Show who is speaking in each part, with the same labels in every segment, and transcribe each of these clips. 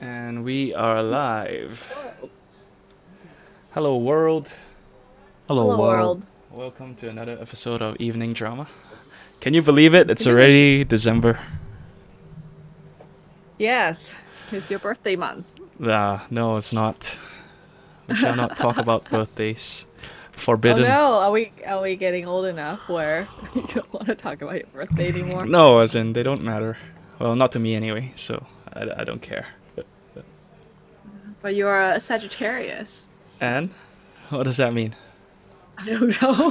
Speaker 1: And we are live. Hello, world.
Speaker 2: Hello,
Speaker 3: Hello world.
Speaker 2: world.
Speaker 1: Welcome to another episode of Evening Drama. Can you believe it? It's already December.
Speaker 3: Yes, it's your birthday month.
Speaker 1: Nah, no, it's not. We shall not talk about birthdays. Forbidden.
Speaker 3: Oh no, are we are we getting old enough where you don't want to talk about your birthday anymore?
Speaker 1: No, as in, they don't matter. Well, not to me anyway, so I, I don't care.
Speaker 3: But you are a Sagittarius.
Speaker 1: And? What does that mean?
Speaker 3: I don't know.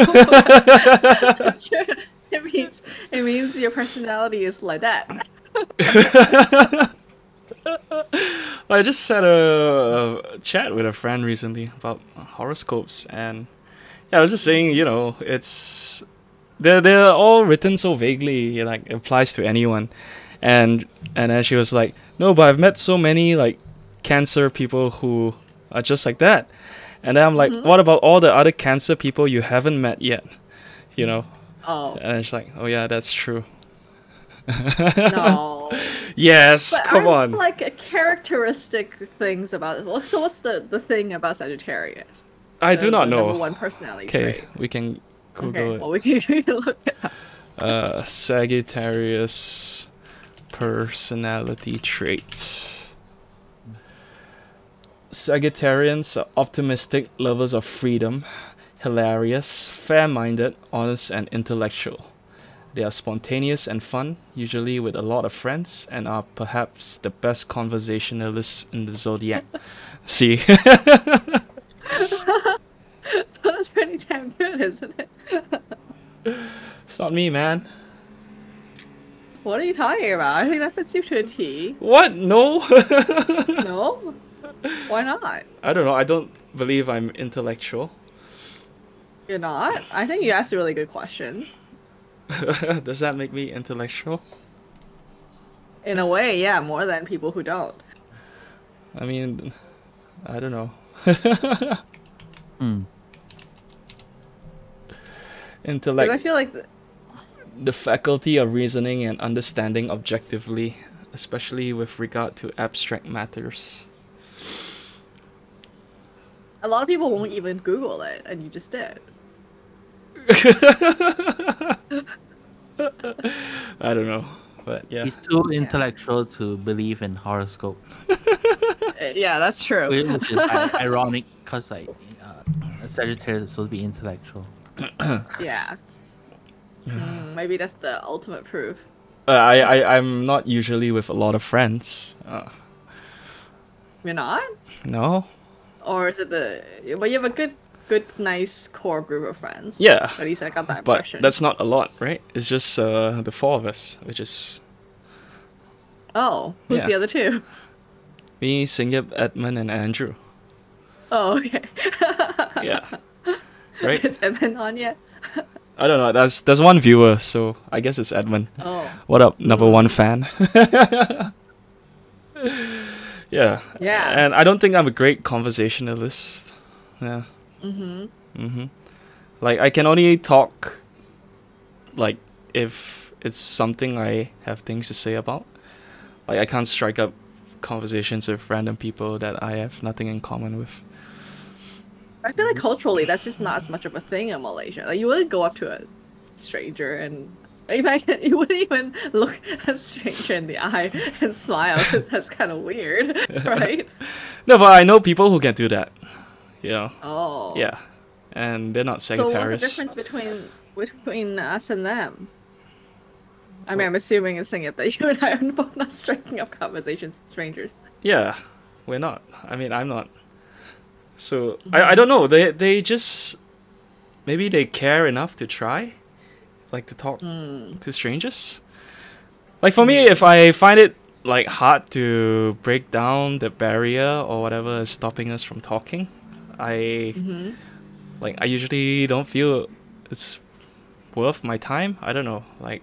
Speaker 3: it means it means your personality is like that.
Speaker 1: I just had a, a chat with a friend recently about horoscopes, and yeah, I was just saying, you know, it's they're they're all written so vaguely, it, like applies to anyone, and and then she was like, no, but I've met so many like cancer people who are just like that, and then I'm like,
Speaker 3: Mm-hmm.
Speaker 1: what about all the other cancer people you haven't met yet, you know?
Speaker 3: Oh
Speaker 1: And she's like, oh yeah, that's true.
Speaker 3: no.
Speaker 1: Yes,
Speaker 3: But
Speaker 1: come on.
Speaker 3: aren't, Like characteristic things about well, so what's the the thing about Sagittarius?
Speaker 1: I do
Speaker 3: The-
Speaker 1: not
Speaker 3: the
Speaker 1: know.
Speaker 3: Number one personality
Speaker 1: Okay,
Speaker 3: trait.
Speaker 1: we can Google
Speaker 3: Okay. Well, we can we can look it up.
Speaker 1: it. Uh, Sagittarius personality traits. Sagittarians are optimistic, lovers of freedom, hilarious, fair minded, honest, and intellectual. They are spontaneous and fun, usually with a lot of friends, and are perhaps the best conversationalists in the zodiac. See?
Speaker 3: That's pretty damn good, isn't it?
Speaker 1: it's not me, man.
Speaker 3: What are you talking about? I think that fits you to a T.
Speaker 1: What? No?
Speaker 3: No? Why not?
Speaker 1: I don't know. I don't believe I'm intellectual.
Speaker 3: You're not? I think you asked a really good question.
Speaker 1: Does that make me intellectual?
Speaker 3: In a way, yeah, more than people who don't.
Speaker 1: I mean, I don't know.
Speaker 2: Hmm.
Speaker 1: Mm.
Speaker 3: Like, I
Speaker 1: Intellect,
Speaker 3: feel like th-
Speaker 1: the faculty of reasoning and understanding objectively, especially with regard to abstract matters.
Speaker 3: a lot of people won't even Google it, and you just did.
Speaker 1: I don't know, but yeah.
Speaker 2: He's too intellectual to believe in horoscopes,
Speaker 3: Uh, Yeah, that's true.
Speaker 2: which is i- ironic because like uh, a Sagittarius is supposed to be intellectual.
Speaker 3: Yeah. Mm, maybe that's the ultimate proof.
Speaker 1: Uh, I, I I'm not usually with a lot of friends. Uh,
Speaker 3: You're not?
Speaker 1: no.
Speaker 3: Or is it the. But you have a good, good, nice core group of friends.
Speaker 1: Yeah,
Speaker 3: At least I got that
Speaker 1: but
Speaker 3: impression.
Speaker 1: that's not a lot, right? It's just uh, the four of us, which is
Speaker 3: Oh, who's
Speaker 1: Yeah.
Speaker 3: the other two?
Speaker 1: me, Singyip, Edmund, and Andrew.
Speaker 3: Oh, okay.
Speaker 1: Yeah. Right.
Speaker 3: Is Edmund on yet?
Speaker 1: I don't know. There's there's one viewer, so I guess it's Edmund.
Speaker 3: Oh.
Speaker 1: What up, number one fan? yeah.
Speaker 3: Yeah.
Speaker 1: And I don't think I'm a great conversationalist. Yeah.
Speaker 3: Mm-hmm.
Speaker 1: Mhm. Like I can only talk, like if it's something I have things to say about. Like I can't strike up conversations with random people that I have nothing in common with.
Speaker 3: I feel like culturally that's just not as much of a thing in Malaysia. Like you wouldn't go up to a stranger and in fact you wouldn't even look a stranger in the eye and smile. that's kind of weird, right?
Speaker 1: No, but I know people who can do that. Yeah.
Speaker 3: Oh.
Speaker 1: Yeah. And they're not
Speaker 3: So what's the
Speaker 1: Sagittarius.
Speaker 3: difference between between us and them? I mean, I'm assuming and saying it that you and I are both not striking up conversations with strangers.
Speaker 1: Yeah, we're not. I mean, I'm not. So I, I don't know. They they just maybe they care enough to try, like to talk to strangers. Like for me, if I find it like hard to break down the barrier or whatever is stopping us from talking, I
Speaker 3: Mhm.
Speaker 1: like I usually don't feel it's worth my time. I don't know. Like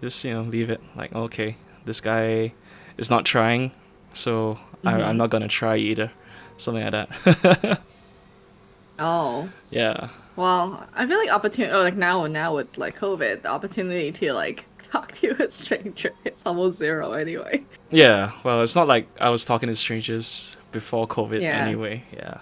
Speaker 1: just you know leave it. Like okay, this guy is not trying, so I,
Speaker 3: Mm-hmm.
Speaker 1: I'm not gonna try either. Something like that.
Speaker 3: Oh.
Speaker 1: yeah.
Speaker 3: Well, I feel like opportunity, like now and now with like COVID, the opportunity to like talk to a stranger, it's almost zero anyway.
Speaker 1: Yeah, well, it's not like I was talking to strangers before COVID
Speaker 3: Yeah.
Speaker 1: anyway. Yeah.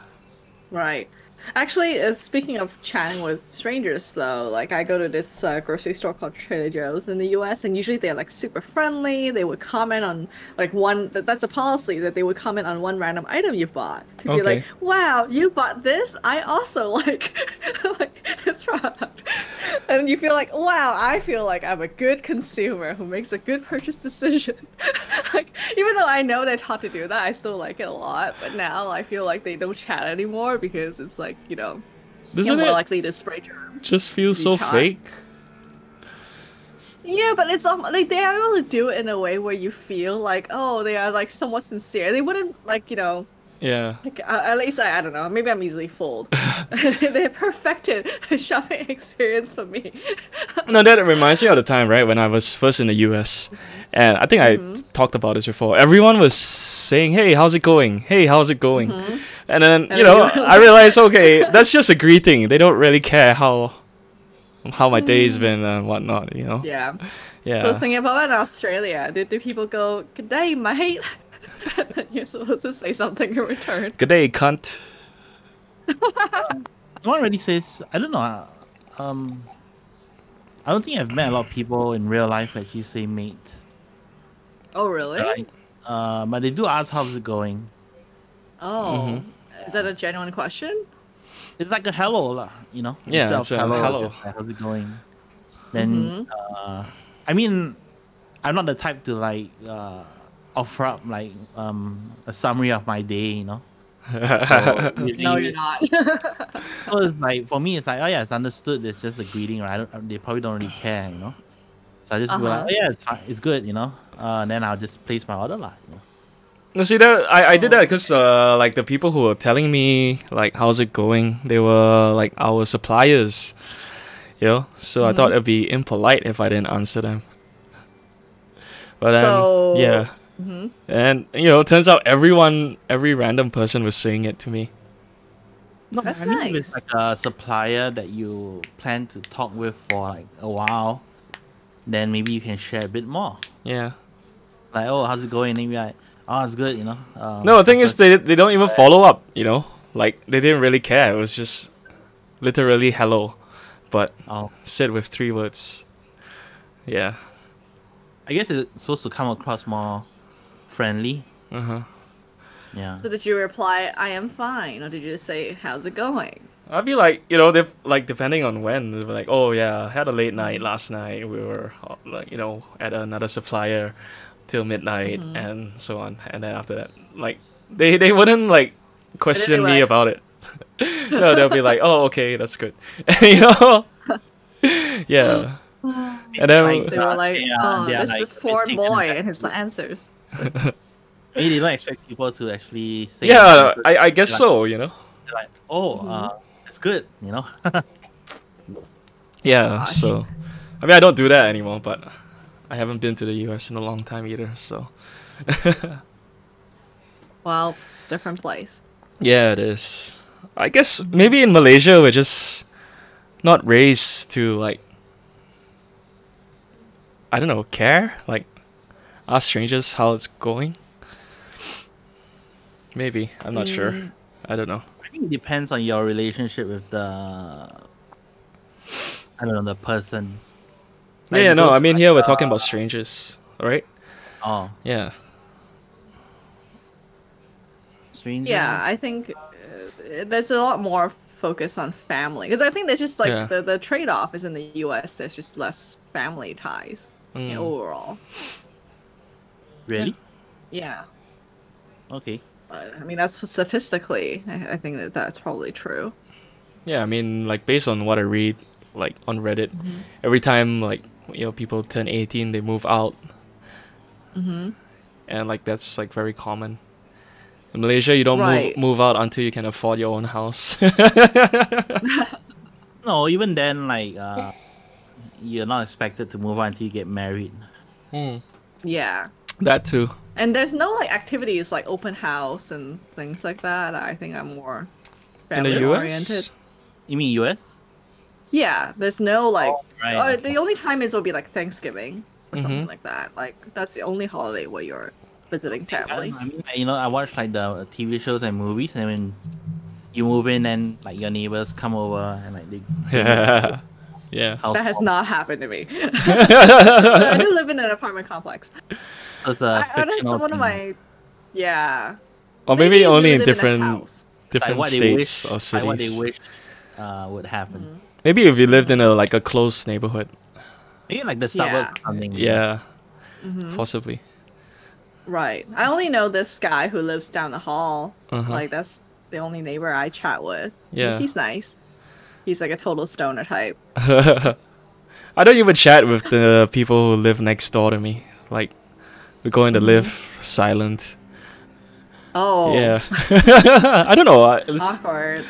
Speaker 3: Right. Actually, uh, speaking of chatting with strangers, though, like I go to this uh, grocery store called Trader Joe's in the U.S., and usually they're like super friendly. They would comment on like one. That, that's a policy that they would comment on one random item you bought to be like,
Speaker 1: Okay.
Speaker 3: "Wow, you bought this! I also like like this product," and you feel like, "Wow, I feel like I'm a good consumer who makes a good purchase decision." like even though I know they're taught to do that, I still like it a lot. But now I feel like they don't chat anymore because it's like you know you're
Speaker 1: Doesn't
Speaker 3: more
Speaker 1: it
Speaker 3: likely to spray germs.
Speaker 1: just feel so
Speaker 3: chat?
Speaker 1: fake?
Speaker 3: Yeah, but it's um, like they are able to do it in a way where you feel like oh they are like somewhat sincere. They wouldn't like you know
Speaker 1: Yeah.
Speaker 3: like uh, at least I, I don't know maybe I'm easily fooled. they perfected the shopping experience for me.
Speaker 1: No, that reminds me of the time, right, when I was first in the US. And I think I
Speaker 3: Mm-hmm.
Speaker 1: t- talked about this before. Everyone was saying, hey, how's it going? Hey, how's it going? And then,
Speaker 3: Mm-hmm. And
Speaker 1: you
Speaker 3: then
Speaker 1: know,
Speaker 3: you were
Speaker 1: I realized, okay, that's just a greeting. They don't really care how how my day's been and whatnot, you know?
Speaker 3: Mm-hmm. yeah.
Speaker 1: Yeah.
Speaker 3: So Singapore and Australia, do, do people go good day, mate? You're supposed to say something in return.
Speaker 1: Good day, cunt.
Speaker 2: No one really says. I don't know. uh, Um, I don't think I've met a lot of people in real life that you say mate.
Speaker 3: Oh really?
Speaker 2: Right. Uh, but they do ask how's it going.
Speaker 3: Oh,
Speaker 2: Mm-hmm.
Speaker 3: is that a genuine question?
Speaker 2: It's like a hello, lah, you know.
Speaker 1: Yeah,
Speaker 2: Instead
Speaker 1: it's
Speaker 2: of
Speaker 1: a hello.
Speaker 2: just like, how's it going? Then,
Speaker 3: Mm-hmm.
Speaker 2: uh, I mean, I'm not the type to like uh, offer up like um, a summary of my day, you know. So
Speaker 3: No,
Speaker 2: usually-
Speaker 3: Oh, you're not.
Speaker 2: So it's like for me, it's like oh yeah, it's understood. It's just a greeting, right? I don't, they probably don't really care, you know. So I just go like,
Speaker 3: Uh-huh.
Speaker 2: oh yeah, it's fine, it's good, you know. Uh, and then I'll just place my order, lah. You know?
Speaker 1: No, see that I, I did
Speaker 3: Oh.
Speaker 1: that because uh, like the people who were telling me like how's it going, they were like our suppliers, you know. So I thought
Speaker 3: Mm-hmm.
Speaker 1: it'd be impolite if I didn't answer them. But then
Speaker 3: So-
Speaker 1: yeah,
Speaker 3: Mhm.
Speaker 1: and you know, turns out everyone, every random person was saying it to me.
Speaker 2: No,
Speaker 3: That's
Speaker 2: I mean if it's
Speaker 3: nice.
Speaker 2: like a supplier that you plan to talk with for like a while, then maybe you can share a bit more.
Speaker 1: Yeah.
Speaker 2: Like, oh, how's it going? And you like, oh, it's good, you know. Um,
Speaker 1: No, the thing is
Speaker 2: but-
Speaker 1: they they don't even follow up. You know, like they didn't really care. It was just literally hello, but
Speaker 2: oh,
Speaker 1: said with three words. Yeah.
Speaker 2: I guess it's supposed to come across more friendly.
Speaker 1: Uh huh.
Speaker 2: Yeah.
Speaker 3: So did you reply, "I am fine," or did you just say, "How's it going"?
Speaker 1: I'd be like, you know, they like depending on when they were like, oh yeah, I had a late night last night. We were uh, like, you know, at another supplier till midnight and so on. And then after that, like they they wouldn't like question
Speaker 3: be
Speaker 1: me
Speaker 3: like-
Speaker 1: about it. no, they'll be like, oh okay, that's good. you know, yeah. And then
Speaker 3: They were
Speaker 2: Uh,
Speaker 3: like,
Speaker 2: yeah,
Speaker 3: "Oh,
Speaker 2: they are
Speaker 3: this
Speaker 2: like
Speaker 3: is for
Speaker 2: a bit taken
Speaker 3: boy,"
Speaker 2: aback
Speaker 3: and his answers.
Speaker 2: Maybe they don't expect people to actually say.
Speaker 1: yeah,
Speaker 2: it.
Speaker 1: I I guess
Speaker 2: Like-
Speaker 1: so. You know.
Speaker 2: They're Like, oh,
Speaker 3: Mm-hmm.
Speaker 2: uh, it's good, you know.
Speaker 1: Yeah.
Speaker 3: Gosh.
Speaker 1: So, I mean, I don't do that anymore, but I haven't been to the U.S. in a long time either. So.
Speaker 3: Well, it's a different place.
Speaker 1: Yeah, it is. I guess maybe in Malaysia we're just not raised to like I don't know, care? Like ask strangers how it's going. Maybe. I'm not sure.
Speaker 2: Mm.
Speaker 1: I don't know.
Speaker 2: I think it depends on your relationship with the. I don't know the person. Like,
Speaker 1: yeah,
Speaker 2: you
Speaker 1: no,
Speaker 2: go
Speaker 1: I
Speaker 2: to,
Speaker 1: mean
Speaker 2: like,
Speaker 1: here we're talking
Speaker 2: uh,
Speaker 1: about strangers, right?
Speaker 2: Oh,
Speaker 1: Yeah.
Speaker 2: stranger.
Speaker 3: Yeah, I think uh, there's a lot more focus on family because I think there's just like
Speaker 1: Yeah.
Speaker 3: the, the trade off is in the U.S. There's just less family ties you know,
Speaker 2: oh,
Speaker 1: Mm.
Speaker 3: overall.
Speaker 2: Really?
Speaker 3: Yeah,
Speaker 2: Okay.
Speaker 3: but, I mean that's statistically, I, I think that that's probably true.
Speaker 1: Yeah, I mean like based on what I read like on Reddit,
Speaker 2: Mm-hmm.
Speaker 1: every time like you know people turn 18, they move out
Speaker 3: hmm
Speaker 1: and like that's like very common. In Malaysia, you don't
Speaker 3: Right.
Speaker 1: move move out until you can afford your own house.
Speaker 2: No, even then, like, uh, you're not expected to move on until you get married.
Speaker 3: Yeah.
Speaker 1: That too.
Speaker 3: And there's no like activities like open house and things like that. I think I'm more
Speaker 1: In the
Speaker 3: family oriented.
Speaker 1: US,
Speaker 2: You mean US?
Speaker 3: Yeah, there's no like.
Speaker 2: right,
Speaker 3: uh,
Speaker 1: Oh,
Speaker 2: okay.
Speaker 3: The only time is will be like Thanksgiving. or
Speaker 1: Mm-hmm.
Speaker 3: something like that. Like that's the only holiday where you're visiting
Speaker 2: I, don't
Speaker 3: family.
Speaker 2: know, I mean, like, you know, I watch like the TV shows and movies, and when you move in, and like your neighbors come over, and like they
Speaker 1: Yeah. Yeah.
Speaker 2: house
Speaker 3: That has not happened to me. I
Speaker 1: yeah.
Speaker 3: do live in an apartment complex.
Speaker 2: was a
Speaker 3: I, I don't- it's
Speaker 2: fictional
Speaker 3: one of
Speaker 2: thing.
Speaker 3: my, yeah.
Speaker 1: or maybe
Speaker 3: if you
Speaker 1: only in
Speaker 3: live a
Speaker 1: different
Speaker 3: house.
Speaker 2: Like,
Speaker 1: different
Speaker 2: what they
Speaker 1: states
Speaker 2: wish-
Speaker 1: or
Speaker 2: like, what they
Speaker 1: cities.
Speaker 2: wish uh, would happen.
Speaker 1: Maybe if you lived in a like a close neighborhood.
Speaker 2: Maybe like the suburb
Speaker 3: Mm-hmm. Yeah.
Speaker 2: something.
Speaker 1: Yeah.
Speaker 3: Mm-hmm.
Speaker 1: Possibly.
Speaker 3: Right. I only know this guy who lives down the hall.
Speaker 1: Uh-huh.
Speaker 3: Like that's the only neighbor I chat with.
Speaker 1: Yeah.
Speaker 3: He's nice. He's like a total stoner type.
Speaker 1: I don't even chat with the people who live next door to me. Like we're going to
Speaker 3: Mm-hmm.
Speaker 1: live silent.
Speaker 3: Oh.
Speaker 1: Yeah. I don't know. I- It's,
Speaker 3: Awkward.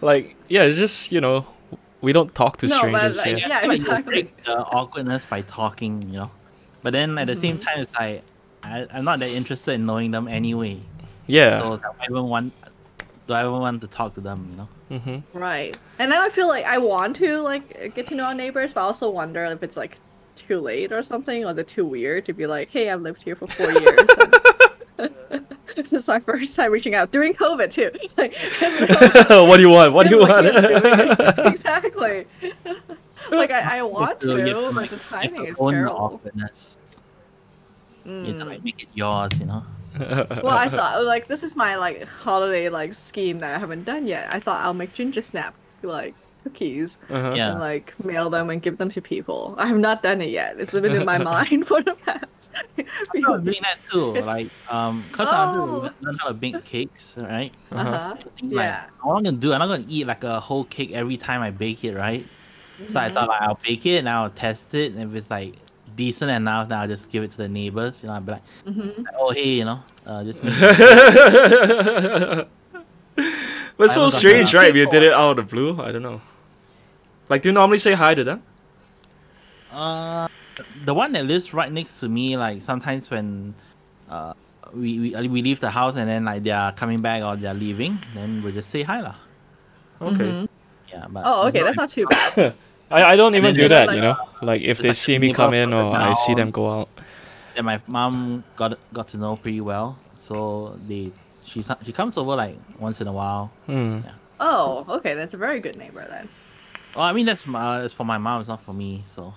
Speaker 1: like yeah, it's just, you know, we don't talk to
Speaker 3: No, but,
Speaker 1: strangers
Speaker 3: like,
Speaker 1: here.
Speaker 3: yeah,
Speaker 2: like, you
Speaker 3: exactly.
Speaker 2: break the awkwardness by talking, you know. But then at the same
Speaker 3: Mm-hmm.
Speaker 2: time, it's like I, I'm not that interested in knowing them anyway.
Speaker 1: Yeah.
Speaker 2: So do I even want do I even want to talk to them? You know.
Speaker 1: mm-hmm.
Speaker 3: Right. And now I feel like I want to like get to know our neighbors, but I also wonder if it's like too late or something, or is it too weird to be like, hey, I've lived here for four years. and- this is my first time reaching out during COVID too. Like,
Speaker 1: Mm-hmm. what do you want? What do you
Speaker 3: like, it's
Speaker 1: want?
Speaker 3: doing it. exactly. like I, I want
Speaker 2: So
Speaker 3: to,
Speaker 2: you have
Speaker 3: but the
Speaker 2: like, you have
Speaker 3: timing
Speaker 2: to
Speaker 3: is
Speaker 2: own the
Speaker 3: terrible.
Speaker 2: awkwardness. You have to,
Speaker 3: Mm.
Speaker 2: like, make it yours. You know.
Speaker 3: Well, I thought like this is my like holiday like scheme that I haven't done yet. I thought I'll make ginger snap like cookies.
Speaker 1: Uh-huh.
Speaker 2: Yeah.
Speaker 3: and like mail them and give them to people. I have not done it yet. It's been in my mind for the past. few
Speaker 2: I'm doing that too. Like um, cause I want
Speaker 3: Oh.
Speaker 2: to learn how to bake cakes, right?
Speaker 3: Uh-huh.
Speaker 2: I think, like,
Speaker 3: Yeah.
Speaker 2: what I'm gonna do, I'm not gonna eat like a whole cake every time I bake it, right?
Speaker 3: Mm-hmm.
Speaker 2: So I thought like, I'll bake it and I'll test it, and if it's like decent enough, then I'll just give it to the neighbors. You know, I'll be like,
Speaker 3: Mhm.
Speaker 2: oh hey, you know, uh, just make it."
Speaker 1: That's so
Speaker 2: I haven't got
Speaker 1: strange,
Speaker 2: that.
Speaker 1: right? If you did it out of the blue, I don't know. Like, do you normally say hi to them?
Speaker 2: uh, the one that lives right next to me, like sometimes when uh we we, uh, we leave the house and then like they are coming back or they are leaving, then we just say hi lah.
Speaker 1: Okay.
Speaker 2: Mm-hmm.
Speaker 1: Uh,
Speaker 2: Yeah, but
Speaker 3: Mm-hmm. Oh,
Speaker 2: it's
Speaker 3: okay,
Speaker 2: not
Speaker 3: that's not too bad.
Speaker 1: I, I don't even
Speaker 2: then
Speaker 1: do
Speaker 2: it's
Speaker 1: that,
Speaker 3: like-
Speaker 1: you know? Like, if
Speaker 2: it's
Speaker 1: they
Speaker 2: like
Speaker 1: see me come in or I see
Speaker 2: down.
Speaker 1: them go out.
Speaker 2: that my mom got got to know pretty well. So they she som- she comes over like once in a while.
Speaker 1: Hmm.
Speaker 3: Oh, okay, that's a very good neighbor then.
Speaker 2: Oh, I mean that's my, it's for my mom. It's not for me. So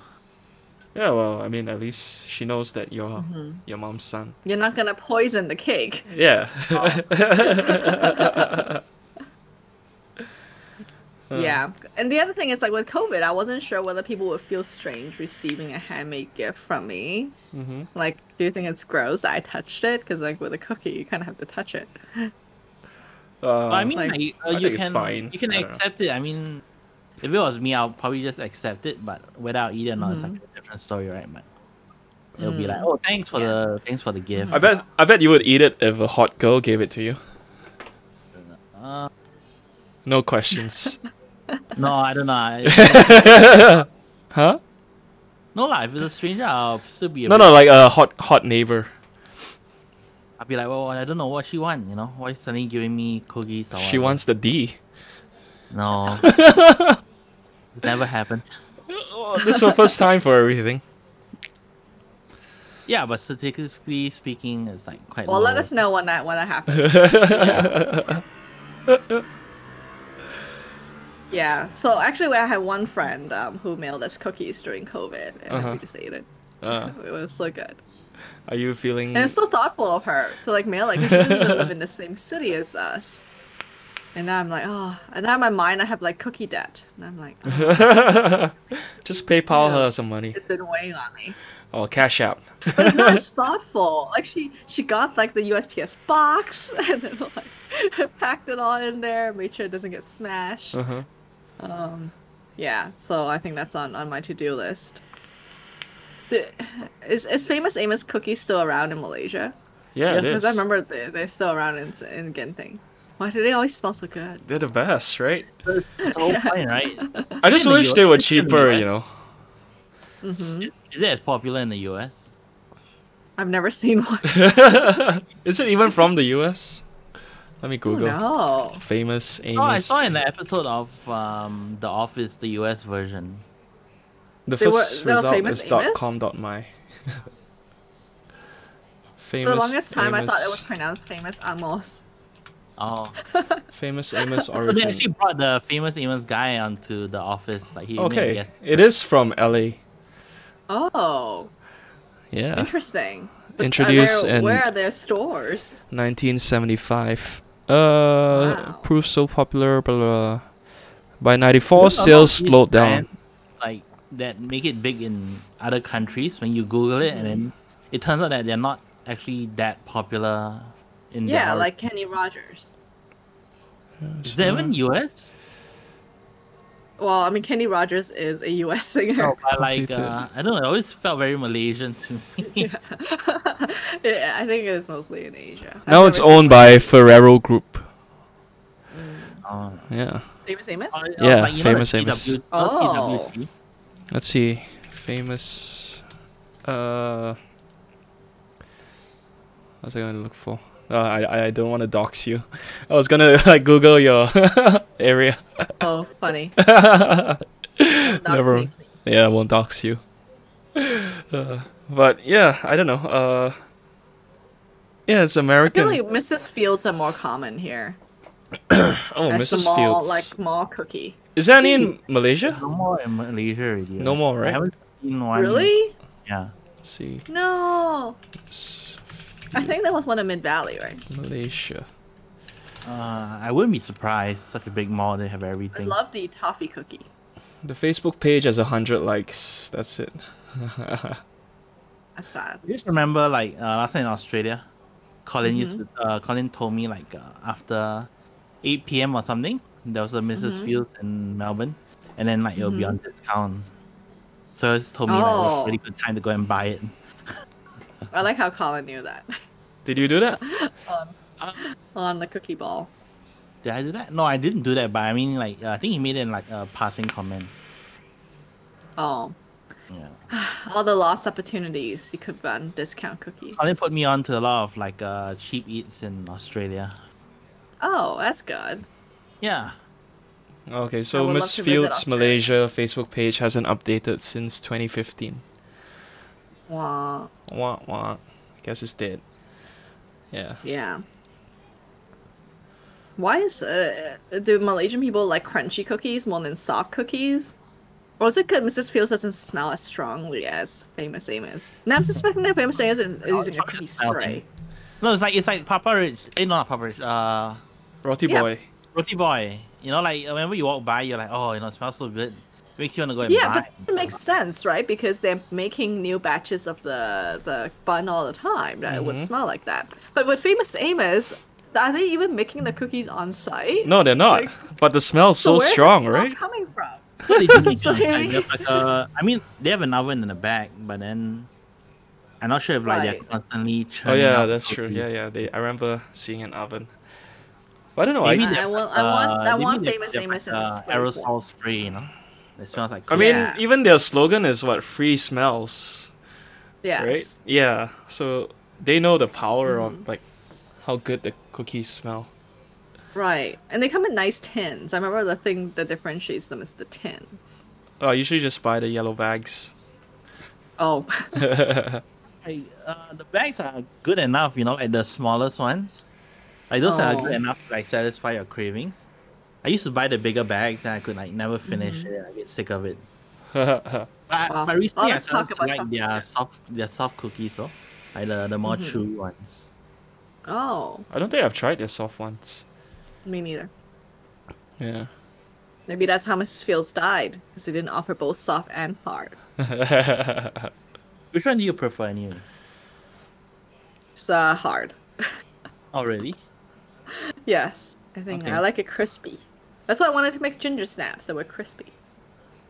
Speaker 1: Yeah, well, I mean, at least she knows that you're
Speaker 2: Mm-hmm.
Speaker 1: your mom's son.
Speaker 3: You're not gonna poison the cake.
Speaker 1: Yeah.
Speaker 3: Yeah. And the other thing is like with COVID, I wasn't sure whether people would feel strange receiving a handmade gift from me.
Speaker 1: hmm
Speaker 3: Like, do you think it's gross? that I touched it because like with a cookie, you kind of have to touch it.
Speaker 1: Uh,
Speaker 2: I mean
Speaker 3: like,
Speaker 2: like, uh,
Speaker 1: I
Speaker 2: you
Speaker 1: think
Speaker 2: can
Speaker 1: it's fine.
Speaker 2: you can
Speaker 1: I don't know.
Speaker 2: accept it. I mean, if it was me, I'll probably just accept it. But without either, not it's
Speaker 1: Mm-hmm.
Speaker 2: like a different story, right? But it'll be like, oh, thanks for
Speaker 3: Yeah.
Speaker 2: the thanks for the gift.
Speaker 1: Mm. I bet I bet you would eat it if a hot girl gave it to you.
Speaker 2: Uh,
Speaker 1: No questions.
Speaker 2: no, I don't know. I-
Speaker 1: huh?
Speaker 2: no lah, if it's a stranger, I'll still be a
Speaker 1: No,
Speaker 2: bit-
Speaker 1: no, like a hot hot neighbor.
Speaker 2: I'll be like, well, I don't know what she want. You know, why suddenly giving me cookies? Or
Speaker 1: She
Speaker 2: whatever?"
Speaker 1: wants the D.
Speaker 2: No. It never happened.
Speaker 1: Oh, this is her first time for everything.
Speaker 2: Yeah, but statistically speaking, it's like quite.
Speaker 3: Well, let
Speaker 2: low.
Speaker 3: us know when that when that happens. Yeah. So actually, I had one friend um, who mailed us cookies during COVID, and
Speaker 1: Uh-huh.
Speaker 3: we just ate it.
Speaker 1: Uh,
Speaker 3: It was so good,
Speaker 1: are you feeling?
Speaker 3: and it's so thoughtful of her to like mail it. 'cause She doesn't even live in the same city as us. And now I'm like, oh. And now in my mind, I have like cookie debt, and I'm like, oh,
Speaker 1: Just PayPal her some money
Speaker 3: it's been weighing on me.
Speaker 1: or Cash App.
Speaker 3: But it's not as thoughtful. Like she, she got like the USPS box and then like packed it all in there, made sure it doesn't get smashed.
Speaker 1: Uh-huh.
Speaker 3: Um, Yeah, so I think that's on, on my to do list. The- Is, is Famous Amos Cookie still around in Malaysia?
Speaker 1: Yeah, it
Speaker 3: Because
Speaker 1: is.
Speaker 3: I remember they, they're still around in, in Genting. Why do they always smell so good?
Speaker 1: They're the best, right?
Speaker 2: It's all fine, right?
Speaker 1: I just
Speaker 2: in the
Speaker 1: wish
Speaker 2: US
Speaker 1: they were
Speaker 2: it's in the
Speaker 1: cheaper,
Speaker 2: US.
Speaker 1: you know.
Speaker 2: Is it as popular in the U.S.?
Speaker 3: Mm-hmm. I've never seen one.
Speaker 1: Is it even from the US? Let me Google.
Speaker 3: Oh, no.
Speaker 1: Famous Amos.
Speaker 2: Oh, I saw in the episode of um, The Office, the U.S. version.
Speaker 1: The
Speaker 3: They were-
Speaker 1: first
Speaker 3: that was
Speaker 1: result is
Speaker 3: famous Amos?
Speaker 1: dot .com dot .my.
Speaker 3: For
Speaker 1: famous
Speaker 3: the longest time, I thought it was
Speaker 1: Amos-
Speaker 3: pronounced famous Amos.
Speaker 2: Oh,
Speaker 1: famous Amos
Speaker 2: so they
Speaker 1: origin.
Speaker 2: actually brought the famous Amos guy onto the office. Like he made a
Speaker 1: okay,
Speaker 2: guest.
Speaker 1: it is from LA.
Speaker 3: Oh,
Speaker 1: Yeah,
Speaker 3: interesting. But
Speaker 1: introduced
Speaker 3: are there,
Speaker 1: in
Speaker 3: where are their stores?
Speaker 1: 1975. Uh,
Speaker 3: Wow.
Speaker 1: proved so popular, blah, blah. By 94,
Speaker 2: There's a lot
Speaker 1: sales
Speaker 2: of these
Speaker 1: slowed down.
Speaker 2: brands, Like that make it big in other countries when you Google it, and then it turns out that they're not actually that popular in.
Speaker 3: Yeah,
Speaker 2: their ori-
Speaker 3: like Kenny Rogers.
Speaker 2: is that even US?
Speaker 3: Well, I mean, Kenny Rogers is a U.S. singer.
Speaker 2: No, but like
Speaker 1: Completed.
Speaker 2: uh, I don't know. It always felt very Malaysian to me.
Speaker 3: Yeah, I think it is mostly in Asia.
Speaker 1: Now it's
Speaker 3: I've never
Speaker 1: owned
Speaker 3: seen
Speaker 1: by Ferrero Group.
Speaker 2: Oh.
Speaker 1: Yeah.
Speaker 3: Famous Amos.
Speaker 2: Oh, it's
Speaker 1: Yeah,
Speaker 2: like, you know,
Speaker 1: famous
Speaker 2: the
Speaker 1: Amos.
Speaker 2: TWT,
Speaker 3: Oh.
Speaker 2: TWT.
Speaker 1: Let's see. Famous. Uh. What's I gonna look for? Uh, I I don't want to dox you. I was gonna like Google your area.
Speaker 3: Oh, funny.
Speaker 1: Never.
Speaker 3: Never.
Speaker 1: Yeah, I won't dox you. Uh, but yeah, I don't know. Uh. Yeah, it's
Speaker 3: I feel
Speaker 1: American.
Speaker 3: like Mrs. Fields are more common here.
Speaker 1: oh,
Speaker 3: As the
Speaker 1: Mrs.
Speaker 3: mall,
Speaker 1: Fields.
Speaker 3: like mall cookie.
Speaker 1: Is there any in Malaysia?
Speaker 2: No more in Malaysia already.
Speaker 1: No
Speaker 2: right?
Speaker 1: more, right?
Speaker 2: I haven't seen one.
Speaker 3: Really?
Speaker 2: Yeah.
Speaker 1: Let's see.
Speaker 3: No.
Speaker 1: Mrs.
Speaker 3: I think there was one in Mid Valley, right?
Speaker 1: Malaysia.
Speaker 2: Uh, I wouldn't be surprised. Such a big mall, they have
Speaker 3: I
Speaker 2: everything.
Speaker 3: love the toffee cookie.
Speaker 1: The Facebook page has 100 likes. That's it.
Speaker 3: That's sad.
Speaker 2: I just remember like uh, last time in Australia, Colin used
Speaker 3: Mm-hmm.
Speaker 2: to, uh, Colin told me like uh, after 8 p.m. or something, there was a missus
Speaker 3: Mm-hmm.
Speaker 2: Fields in Melbourne, and then like it'll be on discount. So it just told me like, it was a
Speaker 3: Oh.
Speaker 2: really good time to go and buy it.
Speaker 3: I like how Colin knew that
Speaker 1: Did you do that?
Speaker 3: on the cookie ball.
Speaker 2: Did I do that? No, I didn't do that. But I mean, like uh, I think he made it in like a passing comment.
Speaker 3: Oh,
Speaker 2: Yeah.
Speaker 3: all the lost opportunities you could run discount cookies.
Speaker 2: Colin put me on to a lot of like uh, cheap eats in Australia.
Speaker 3: Oh, that's good.
Speaker 2: Yeah.
Speaker 1: Okay,
Speaker 3: I
Speaker 1: so
Speaker 3: would love
Speaker 1: Miss
Speaker 3: to visit
Speaker 1: Fields
Speaker 3: Australia.
Speaker 1: Malaysia Facebook page hasn't updated since 2015.
Speaker 3: Wow.
Speaker 1: Wah wah. I guess it's dead. Yeah.
Speaker 3: Yeah. Why is uh, do Malaysian people like crunchy cookies more than soft cookies? Or is it because Mrs. Fields doesn't smell as strongly as Famous Amos? Now I'm suspecting that Famous Amos is is using a
Speaker 2: probably
Speaker 3: cookie
Speaker 2: the smell
Speaker 3: spray.
Speaker 2: thing. No, it's like it's like Papa Rich. Eh, no, not Papa Rich. Uh,
Speaker 1: Roti
Speaker 3: Yeah.
Speaker 1: boy.
Speaker 2: Roti Boy. You know, like whenever you walk by, you're like, oh, you know, it smells so good. makes you want to go and
Speaker 3: Yeah,
Speaker 2: buy.
Speaker 3: but it makes sense, right? Because they're making new batches of the the bun all the time that it would
Speaker 1: Mhm.
Speaker 3: smell like that. But with Famous Amos, are they even making the cookies on site?
Speaker 1: No, they're not. but the smell's so,
Speaker 3: where's the
Speaker 1: strong,
Speaker 3: smell
Speaker 1: right?
Speaker 3: Coming from?
Speaker 2: But they do make
Speaker 3: Sorry.
Speaker 2: it, like, there's like a- I mean, they have an oven in the back, but then I'm not sure if like they're
Speaker 3: Right.
Speaker 2: constantly
Speaker 1: Oh
Speaker 2: churning.
Speaker 1: yeah,
Speaker 2: out
Speaker 1: that's true.
Speaker 2: cookies.
Speaker 1: Yeah, yeah. They I remember seeing an oven. But I don't know.
Speaker 2: Maybe
Speaker 1: I,
Speaker 3: I
Speaker 2: they're,
Speaker 3: want- I want- I
Speaker 2: maybe
Speaker 3: want
Speaker 2: they're-
Speaker 3: Famous
Speaker 2: they're,
Speaker 3: Amos in
Speaker 2: uh,
Speaker 3: spray
Speaker 2: aerosol
Speaker 3: form.
Speaker 2: spray. You know, it smells like.
Speaker 1: I mean,
Speaker 3: Yeah.
Speaker 1: even their slogan is what free smells,
Speaker 3: Yes.
Speaker 1: right? Yeah. So they know the power
Speaker 3: Mm-hmm.
Speaker 1: of like how good the cookies smell.
Speaker 3: Right. And they come in nice tins. I remember the thing that differentiates them is the tin.
Speaker 1: Oh, I usually just buy the yellow bags.
Speaker 3: Oh.
Speaker 2: Hey, uh, the bags are good enough, you know, like the smallest ones. Like those are
Speaker 3: Oh.
Speaker 2: good enough to like satisfy your cravings. I used to buy the bigger bags and I could like never finish it. I get sick of it. But,
Speaker 3: Mm-hmm. Wow.
Speaker 2: but recently
Speaker 3: Well,
Speaker 2: I
Speaker 3: let's talk
Speaker 2: started to
Speaker 3: about
Speaker 2: like
Speaker 3: soft
Speaker 2: their
Speaker 3: cookies.
Speaker 2: soft their soft cookies though. Like the, the more
Speaker 3: Mm-hmm.
Speaker 2: chewy ones.
Speaker 3: Oh.
Speaker 1: I don't think I've tried their soft ones.
Speaker 3: Me neither.
Speaker 1: Yeah.
Speaker 3: Maybe that's how Mrs. Fields died, because they didn't offer both soft and hard.
Speaker 2: Which one do you prefer anyway?
Speaker 3: It's uh, hard.
Speaker 2: Oh really?
Speaker 3: Yes. I think
Speaker 2: Okay.
Speaker 3: I like it crispy. That's why I wanted to make ginger snaps that were crispy.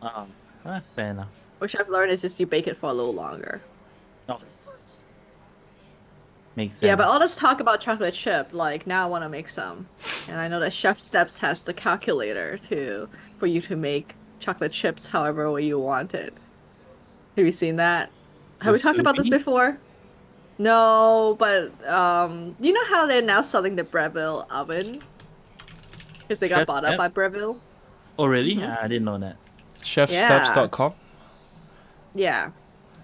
Speaker 2: Um, ah, fair enough.
Speaker 3: Which I've learned is just you bake it for a little longer.
Speaker 2: Oh. Makes sense.
Speaker 3: Yeah, but all this talk about chocolate chip, like now I want to make some, and I know that Chef Steps has the calculator to for you to make chocolate chips however way you want it. Have you seen that? Have we
Speaker 2: With
Speaker 3: talked about this
Speaker 2: Sophie?
Speaker 3: before? No, but um, you know how they're now selling the Breville oven because they got
Speaker 2: Chef
Speaker 3: bought
Speaker 2: Step?
Speaker 3: up by Breville.
Speaker 2: Oh really? Ah, I didn't know that.
Speaker 1: Chefsteps.com.
Speaker 3: Yeah.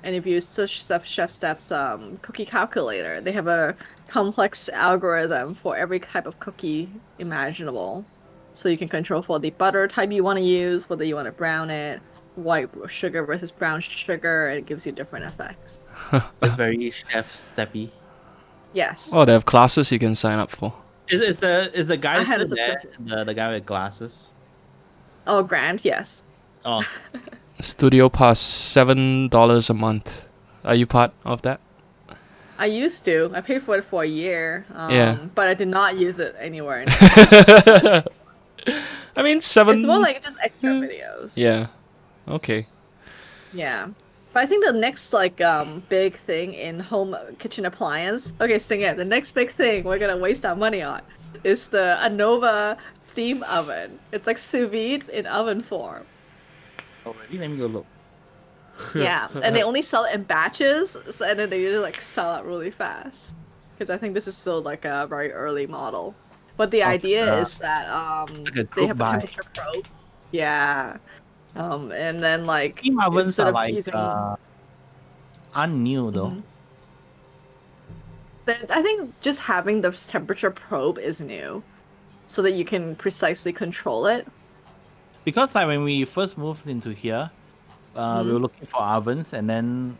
Speaker 3: And if you search Chef Chef Step's um, cookie calculator, they have a complex algorithm for every type of cookie imaginable. So you can control for the butter type you want to use, whether you want to brown it, white sugar versus brown sugar, and it gives you different effects.
Speaker 2: It's very chef steppy.
Speaker 3: Yes.
Speaker 1: Oh, they have classes you can sign up for.
Speaker 2: Is, is the is the
Speaker 3: I
Speaker 2: guy
Speaker 3: had a
Speaker 2: still there?
Speaker 3: subscription.
Speaker 2: The, the guy with glasses.
Speaker 3: Oh, grand, yes.
Speaker 2: Oh,
Speaker 1: Studio Pass, seven dollars a month. Are you part of that?
Speaker 3: I used to. I paid for it for a year. Um,
Speaker 1: Yeah.
Speaker 3: But I did not use it anywhere.
Speaker 1: I mean, seven.
Speaker 3: it's more like just extra
Speaker 1: Hmm.
Speaker 3: videos.
Speaker 1: yeah. Okay.
Speaker 3: Yeah. But I think the next like um big thing in home kitchen appliance. Okay, sing it. The next big thing we're gonna waste our money on is the Anova steam oven. It's like sous vide in oven form.
Speaker 2: already. Oh, Let me go look.
Speaker 3: Yeah, and they only sell it in batches, so and then they usually like sell out really fast. Because I think this is still like a very early model. But the idea
Speaker 2: Oh, yeah.
Speaker 3: is that um
Speaker 2: like
Speaker 3: they
Speaker 2: a group
Speaker 3: have
Speaker 2: buy.
Speaker 3: a temperature probe. Yeah. Um, and then like
Speaker 2: Steam ovens
Speaker 3: instead
Speaker 2: are
Speaker 3: of
Speaker 2: like
Speaker 3: using-
Speaker 2: uh, unnew though.
Speaker 3: Mhm. Then I think just having the temperature probe is new, so that you can precisely control it.
Speaker 2: because like when we first moved into here, uh,
Speaker 3: Mm-hmm.
Speaker 2: we were looking for ovens, and then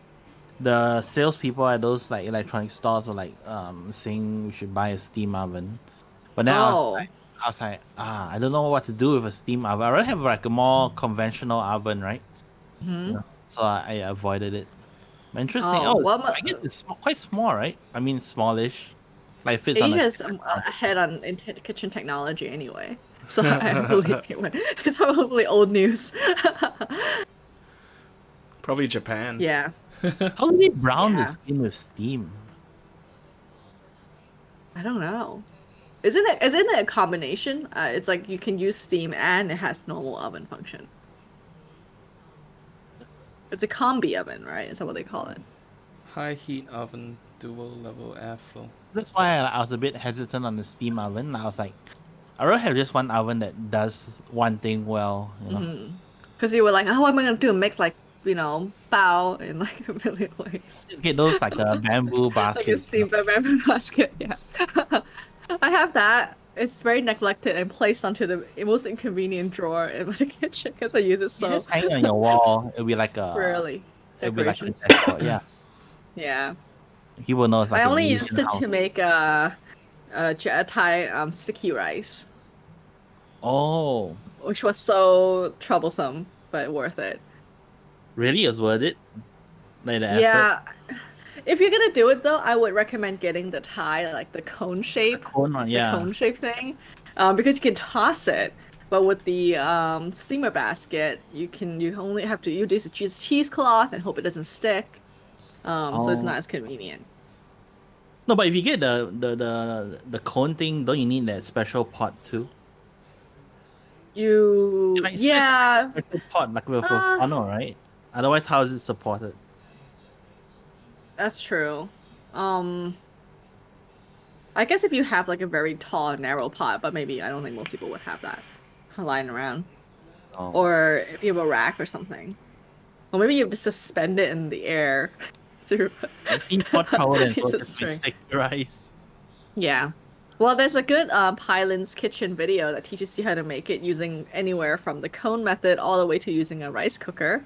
Speaker 2: the salespeople at those like electronic stores were like um, saying we should buy a steam oven, but then I,
Speaker 3: Oh.
Speaker 2: was like, I was like, ah, I don't know what to do with a steam oven. I rather have like a more conventional oven, right?
Speaker 3: Mhm.
Speaker 2: So I, I avoided it. But Interesting.
Speaker 3: Oh,
Speaker 2: Oh,
Speaker 3: well, my-
Speaker 2: I guess it's sm- quite small, right? I mean, smallish. Like fits on.
Speaker 3: Asia
Speaker 2: A,
Speaker 3: is um, uh, ahead on in te- kitchen technology anyway, so I believe it would. It's probably old news.
Speaker 1: Probably Japan.
Speaker 3: yeah,
Speaker 2: how do they brown
Speaker 3: Yeah.
Speaker 2: the steam with steam?
Speaker 3: I don't know. Isn't it? Isn't it a combination? Uh, it's like you can use steam and it has normal oven function. It's a combi oven, right? Is that what they call it?
Speaker 1: High heat oven, dual level airflow.
Speaker 2: That's why I, I was a bit hesitant on the steam oven. I was like, I rather have just one oven that does one thing well. You
Speaker 3: Mm-hmm.
Speaker 2: know?
Speaker 3: Because you were like, oh, what am I gonna do? Make like you know bow in like a million ways.
Speaker 2: Just get those like a bamboo
Speaker 3: like a
Speaker 2: basket.
Speaker 3: steam bamboo basket. Yeah, I have that. It's very neglected and placed onto the most inconvenient drawer in the kitchen because I use it
Speaker 2: You
Speaker 3: so
Speaker 2: just hang it uh, on your wall. It'll be like a
Speaker 3: rarely.
Speaker 2: It'll be like a
Speaker 3: Decoration.
Speaker 2: decor. Yeah,
Speaker 3: Yeah,
Speaker 2: people know it's like.
Speaker 3: I
Speaker 2: an
Speaker 3: only
Speaker 2: Asian
Speaker 3: used it
Speaker 2: house.
Speaker 3: to make uh, uh, Ja- Thai um sticky rice,
Speaker 2: Oh,
Speaker 3: which was so troublesome but worth it.
Speaker 2: really? It's worth it. Like the effort?
Speaker 3: Yeah. If you're gonna do it though, I would recommend getting the Thai like the cone shape.
Speaker 2: Cone one,
Speaker 3: the
Speaker 2: yeah.
Speaker 3: cone shaped thing um, because you can toss it but with the um, steamer basket you can you only have to you just use cheesecloth and hope it doesn't stick um, so it's
Speaker 2: Oh.
Speaker 3: not as convenient
Speaker 2: No, but if you get the, the the the cone thing, don't you need that special pot too?
Speaker 3: you
Speaker 2: Like, it's just-
Speaker 3: yeah
Speaker 2: Special pot like with a
Speaker 3: Uh.
Speaker 2: funnel, right? Otherwise, how is it supported?
Speaker 3: that's true um i guess if you have like a very tall and narrow pot but maybe i don't think most people would have that lying around
Speaker 2: Oh.
Speaker 3: or if you have a rack or something or maybe you have to suspend it in the air to
Speaker 2: I've seen pot power and
Speaker 3: It's a
Speaker 2: focus
Speaker 3: string.
Speaker 2: with sticky rice.
Speaker 3: Yeah. Well, there's a good um, Pylin's Kitchen video that teaches you how to make it using anywhere from the cone method all the way to using a rice cooker.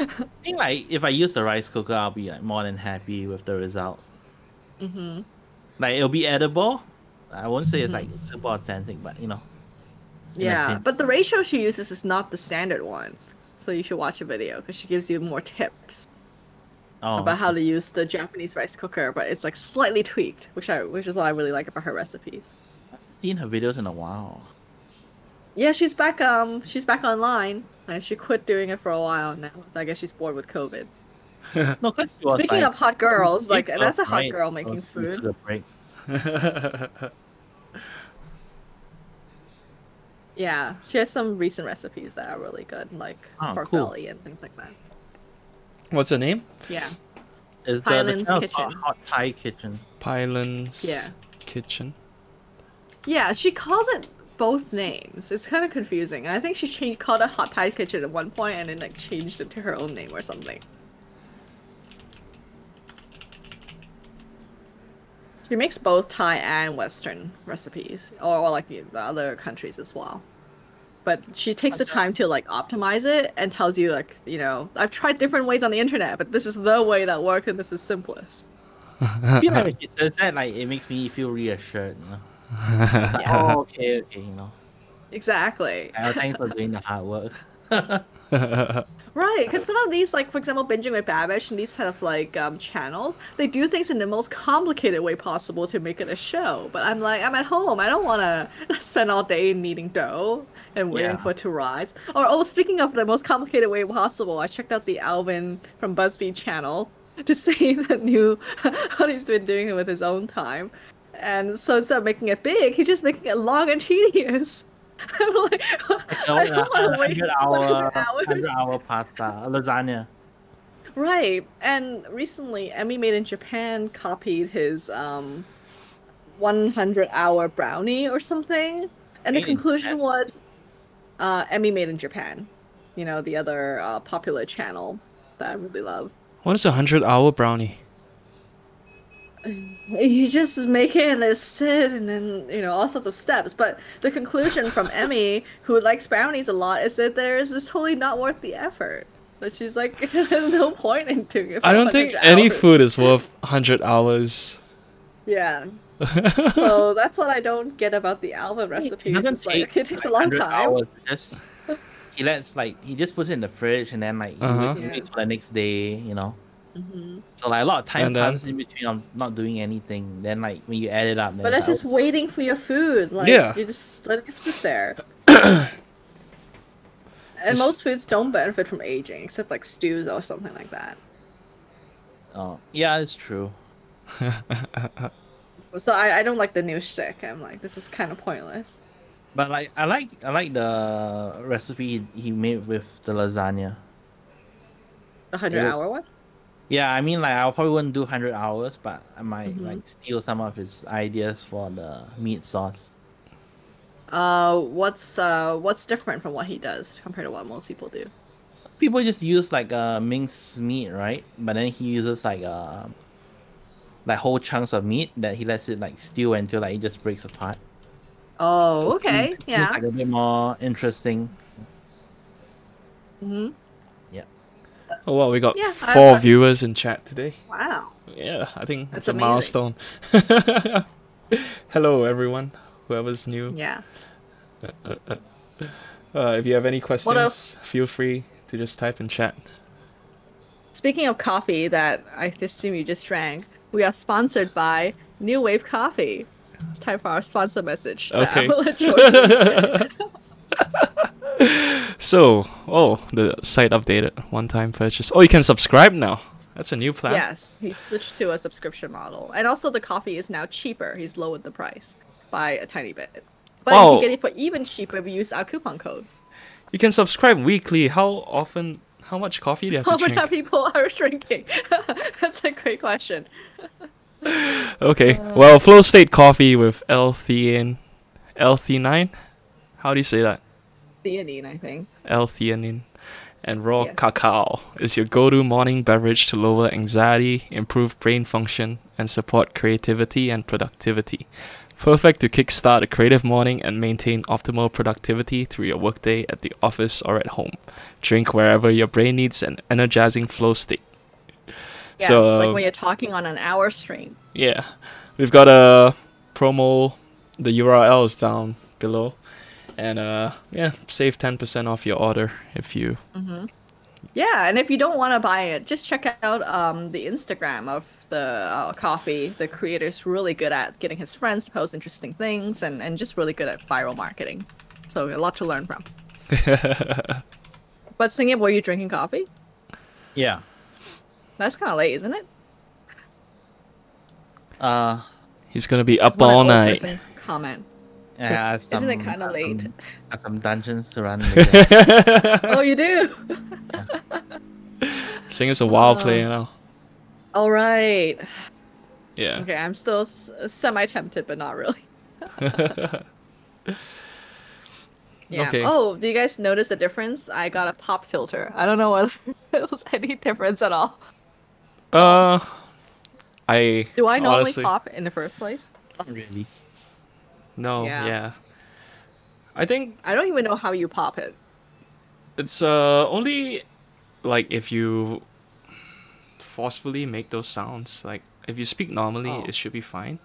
Speaker 2: I think like if I use the rice cooker, I'll be like more than happy with the result.
Speaker 3: Mm-hmm.
Speaker 2: Like it'll be edible. I won't say it's like
Speaker 3: Mm-hmm.
Speaker 2: super authentic, but you know, my
Speaker 3: Yeah,
Speaker 2: opinion.
Speaker 3: but the ratio she uses is not the standard one. So you should watch a video because she gives you more tips
Speaker 2: oh,
Speaker 3: about how to use the Japanese rice cooker, but it's like slightly tweaked, which I which is what I really like about her recipes.
Speaker 2: I've seen her videos in a while.
Speaker 3: Yeah, she's back um she's back online and she quit doing it for a while now. I guess she's bored with COVID.
Speaker 2: No, 'cause she was
Speaker 3: Speaking
Speaker 2: like,
Speaker 3: of hot girls, like
Speaker 2: "Take
Speaker 3: that's a
Speaker 2: off,
Speaker 3: hot
Speaker 2: right?"
Speaker 3: girl
Speaker 2: So
Speaker 3: making
Speaker 2: Oh, she
Speaker 3: food.
Speaker 2: took a break.
Speaker 3: Yeah, she has some recent recipes that are really good, like
Speaker 2: Oh,
Speaker 3: pork
Speaker 2: cool.
Speaker 3: belly and things like that.
Speaker 1: What's her name?
Speaker 3: Yeah,
Speaker 2: Is the, the
Speaker 3: Thailand's
Speaker 2: kind of
Speaker 3: kitchen.
Speaker 2: hot, hot Thai kitchen?
Speaker 1: Pylon's
Speaker 3: Yeah.
Speaker 1: Kitchen.
Speaker 3: yeah. She calls it both names. It's kind of confusing. I think she changed, called it Hot Pie Kitchen at one point and then like changed it to her own name or something. She makes both Thai and Western recipes, or, or like the other countries as well. But she takes the time to like optimize it and tells you like you know I've tried different ways on the internet, but this is the way that works and this is simplest.
Speaker 2: I feel like when she says that, like it makes me feel reassured. You know? It's like, oh, okay, okay, you know.
Speaker 3: Exactly.
Speaker 2: Like, oh, thanks for doing the hard work.
Speaker 3: Right, because some of these, like for example, binging with Babish and these kind of like um, channels, they do things in the most complicated way possible to make it a show. But I'm like, I'm at home. I don't want to spend all day kneading dough and waiting
Speaker 2: Yeah.
Speaker 3: for it to rise. Or oh, speaking of the most complicated way possible, I checked out the Alvin from BuzzFeed channel to see the new what he's been doing with his own time. And so instead of making it big, he's just making it long and tedious. I'm like, I uh,
Speaker 2: a
Speaker 3: don't want to wait
Speaker 2: 100
Speaker 3: 100
Speaker 2: hour,
Speaker 3: hours.
Speaker 2: 100 hour pasta, lasagna.
Speaker 3: Right. And recently, Emmy Made in Japan copied his um, 100 hour brownie or something. And the
Speaker 2: Made in
Speaker 3: conclusion
Speaker 2: Japan?
Speaker 3: was uh, Emmy Made in Japan, you know, the other uh, popular channel that I really love.
Speaker 1: What is a hundred hour brownie?
Speaker 3: You just make it and then sit and then, you know, all sorts of steps. But the conclusion from Emmy, who likes brownies a lot, is that there is it's totally not worth the effort. That she's like, there's no point in doing it. for
Speaker 1: I don't think
Speaker 3: 100
Speaker 1: any
Speaker 3: hours.
Speaker 1: food is worth hundred hours.
Speaker 3: Yeah. so that's what I don't get about the Alvin recipe.
Speaker 2: It doesn't
Speaker 3: It's like, okay, it takes a long
Speaker 2: like, 100
Speaker 3: time.
Speaker 2: Hours. It Just he lets like he just puts it in the fridge and then like
Speaker 1: Uh-huh.
Speaker 2: he waits- he
Speaker 3: Yeah.
Speaker 2: waits for the next day. You know,
Speaker 1: Mm-hmm.
Speaker 3: Mhm.
Speaker 2: so like a lot of time
Speaker 1: And then-
Speaker 2: passes in between. I'm not doing anything. Then like when you add it up, then
Speaker 3: But that's
Speaker 2: it's
Speaker 3: just waiting for your food. Like
Speaker 1: Yeah.
Speaker 3: you just let it sit there. and
Speaker 1: It's-
Speaker 3: most foods don't benefit from aging, except like stews or something like that.
Speaker 2: like, oh yeah, it's true.
Speaker 3: So I, I don't like the new shtick. I'm like, this is kind of pointless.
Speaker 2: But like I like I like the recipe he, he made with the lasagna.
Speaker 3: The hundred
Speaker 2: Yeah.
Speaker 3: hour one.
Speaker 2: Yeah, I mean like I probably wouldn't do hundred hours, but I might
Speaker 3: Mhm.
Speaker 2: like steal some of his ideas for the meat sauce.
Speaker 3: Uh, what's uh, what's different from what he does compared to what most people do?
Speaker 2: people just use like uh minced meat, right? But then he uses like uh like whole chunks of meat that he lets it like stew until like it just breaks apart.
Speaker 3: Oh, okay,
Speaker 2: It's
Speaker 3: yeah.
Speaker 2: like a bit more interesting.
Speaker 3: hmm
Speaker 1: Oh wow, we got
Speaker 3: Yeah, I-
Speaker 1: four
Speaker 3: I-
Speaker 1: viewers in chat today.
Speaker 3: Wow.
Speaker 1: Yeah, I think it's
Speaker 3: That's
Speaker 1: a milestone.
Speaker 3: amazing.
Speaker 1: Hello everyone, whoever's new.
Speaker 3: Yeah.
Speaker 1: Uh, if you have any
Speaker 3: else?
Speaker 1: questions, feel free to just type in chat.
Speaker 3: Speaking of coffee that I assume you just drank, we are sponsored by New Wave Coffee. It's time for our sponsor message. that I
Speaker 1: Okay.
Speaker 3: will let Jordan read.
Speaker 1: So, oh, the site updated. One time purchase. Oh, you can subscribe now. That's a new plan.
Speaker 3: yes, he switched to a subscription model. And also, the coffee is now cheaper. He's lowered the price by a tiny bit. But you
Speaker 1: Wow.
Speaker 3: can get it for even cheaper if you use our coupon code.
Speaker 1: You can subscribe weekly. How often, how much coffee do you have
Speaker 3: How
Speaker 1: to
Speaker 3: many
Speaker 1: drink?
Speaker 3: people are drinking? That's a great question.
Speaker 1: Okay, well, Flow State Coffee with L-theanine. L-theanine? How do you say that?
Speaker 3: Theanine, I think.
Speaker 1: L-theanine. And raw
Speaker 3: Yes.
Speaker 1: cacao is your go-to morning beverage to lower anxiety, improve brain function, and support creativity and productivity. Perfect to kickstart a creative morning and maintain optimal productivity through your workday at the office or at home. Drink wherever your brain needs an energizing flow state.
Speaker 3: Yes,
Speaker 1: So- um,
Speaker 3: like when you're talking on an hour stream.
Speaker 1: Yeah. We've got a promo. The URL is down below. And uh, yeah, save 10% off your order if you.
Speaker 3: Yeah, and if you don't want to buy it, just check out um, the Instagram of the uh, coffee. The creator's really good at getting his friends to post interesting things and, and just really good at viral marketing. So, a lot to learn from. But, Singit, were you drinking coffee?
Speaker 2: Yeah.
Speaker 3: That's kind of late, isn't it?
Speaker 2: Uh
Speaker 1: He's going to be
Speaker 3: That's
Speaker 1: up
Speaker 3: one
Speaker 1: all
Speaker 3: old
Speaker 1: night.
Speaker 3: person Comment.
Speaker 2: I have some,
Speaker 3: Isn't it kinda late?
Speaker 2: Some, I have some dungeons to run. later.
Speaker 3: oh, you do?
Speaker 1: Singer's a
Speaker 3: Oh.
Speaker 1: wild player now.
Speaker 3: All right.
Speaker 1: Yeah.
Speaker 3: Okay, I'm still s- semi tempted, but not really. Yeah.
Speaker 1: Okay.
Speaker 3: Oh, do you guys notice the difference? I got a pop filter. I don't know whether there was any difference at all.
Speaker 1: Uh, I
Speaker 3: Do I normally
Speaker 1: honestly,
Speaker 3: pop in the first place?
Speaker 2: Not really.
Speaker 1: No,
Speaker 3: Yeah.
Speaker 1: yeah. I think
Speaker 3: I don't even know how you pop it.
Speaker 1: It's uh only like if you forcefully make those sounds. Like if you speak normally,
Speaker 3: Oh.
Speaker 1: it should be fine.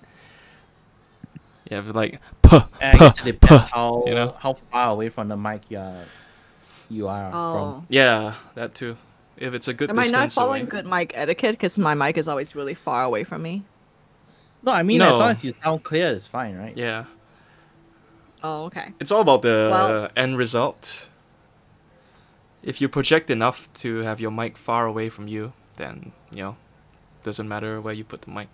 Speaker 1: Yeah, but like puh,
Speaker 2: And I
Speaker 1: puh,
Speaker 2: guess it depends
Speaker 1: puh.
Speaker 2: how
Speaker 1: you know?
Speaker 2: how far away from the mic you are you are
Speaker 3: Oh.
Speaker 1: Yeah, that too. If it's a good
Speaker 3: Am I
Speaker 1: distance
Speaker 3: not following
Speaker 1: away.
Speaker 3: good mic etiquette? Because my mic is always really far away from me.
Speaker 2: from. No, I mean as
Speaker 1: No.
Speaker 2: long as you sound clear, it's fine, right?
Speaker 1: Yeah,
Speaker 3: Oh, okay.
Speaker 1: it's all about the
Speaker 3: Well-
Speaker 1: end result. If you project enough to have your mic far away from you, then you know, doesn't matter where you put the mic.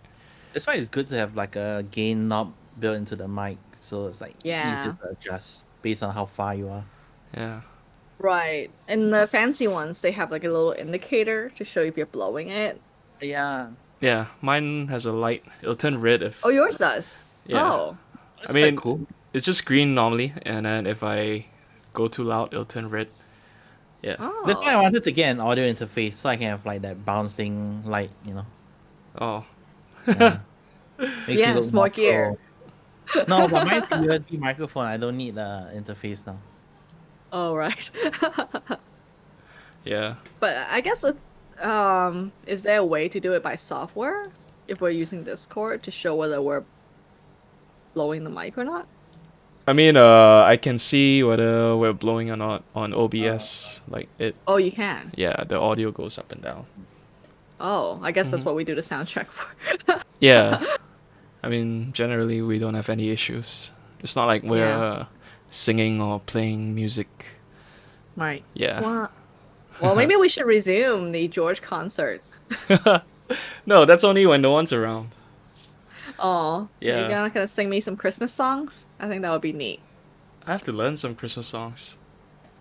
Speaker 2: That's why it's good to have like a gain knob built into the mic, so it's like
Speaker 3: Yeah.
Speaker 2: easy to adjust based on how far you are.
Speaker 1: Yeah.
Speaker 3: Right. And the fancy ones, they have like a little indicator to show if you're blowing it.
Speaker 2: Yeah.
Speaker 1: Yeah, mine has a light. It'll turn red if.
Speaker 3: Oh, yours does.
Speaker 1: yeah.
Speaker 3: Oh.
Speaker 1: I mean,
Speaker 2: cool.
Speaker 1: It's just green normally, and then if I go too loud, it'll turn red. Yeah.
Speaker 3: Oh.
Speaker 2: That's why I wanted to get an audio interface so I can have like that bouncing light, you know.
Speaker 1: Oh.
Speaker 2: Yeah. Makes me
Speaker 3: Yeah,
Speaker 2: look
Speaker 3: it's more gear.
Speaker 2: pro. no, but mine's a USB microphone. I don't need the interface now.
Speaker 3: Oh, right.
Speaker 1: Yeah.
Speaker 3: but I guess it's, um, is there a way to do it by software if we're using Discord to show whether we're blowing the mic or not?
Speaker 1: I mean, uh, I can see whether we're blowing or not on OBS. like it.
Speaker 3: Oh, you can.
Speaker 1: Yeah, the audio goes up and down.
Speaker 3: Oh, I guess that's
Speaker 2: Mm-hmm.
Speaker 3: what we do the sound check for.
Speaker 1: Yeah. I mean, generally we don't have any issues. It's not like we're
Speaker 3: Yeah.
Speaker 1: uh, singing or playing music.
Speaker 3: right.
Speaker 1: Yeah.
Speaker 3: Well, well, maybe we should resume the George concert.
Speaker 1: No, that's only when no one's around.
Speaker 3: Oh,
Speaker 1: Yeah.
Speaker 3: You're not gonna sing me some Christmas songs? I think that would be neat.
Speaker 1: I have to learn some Christmas songs.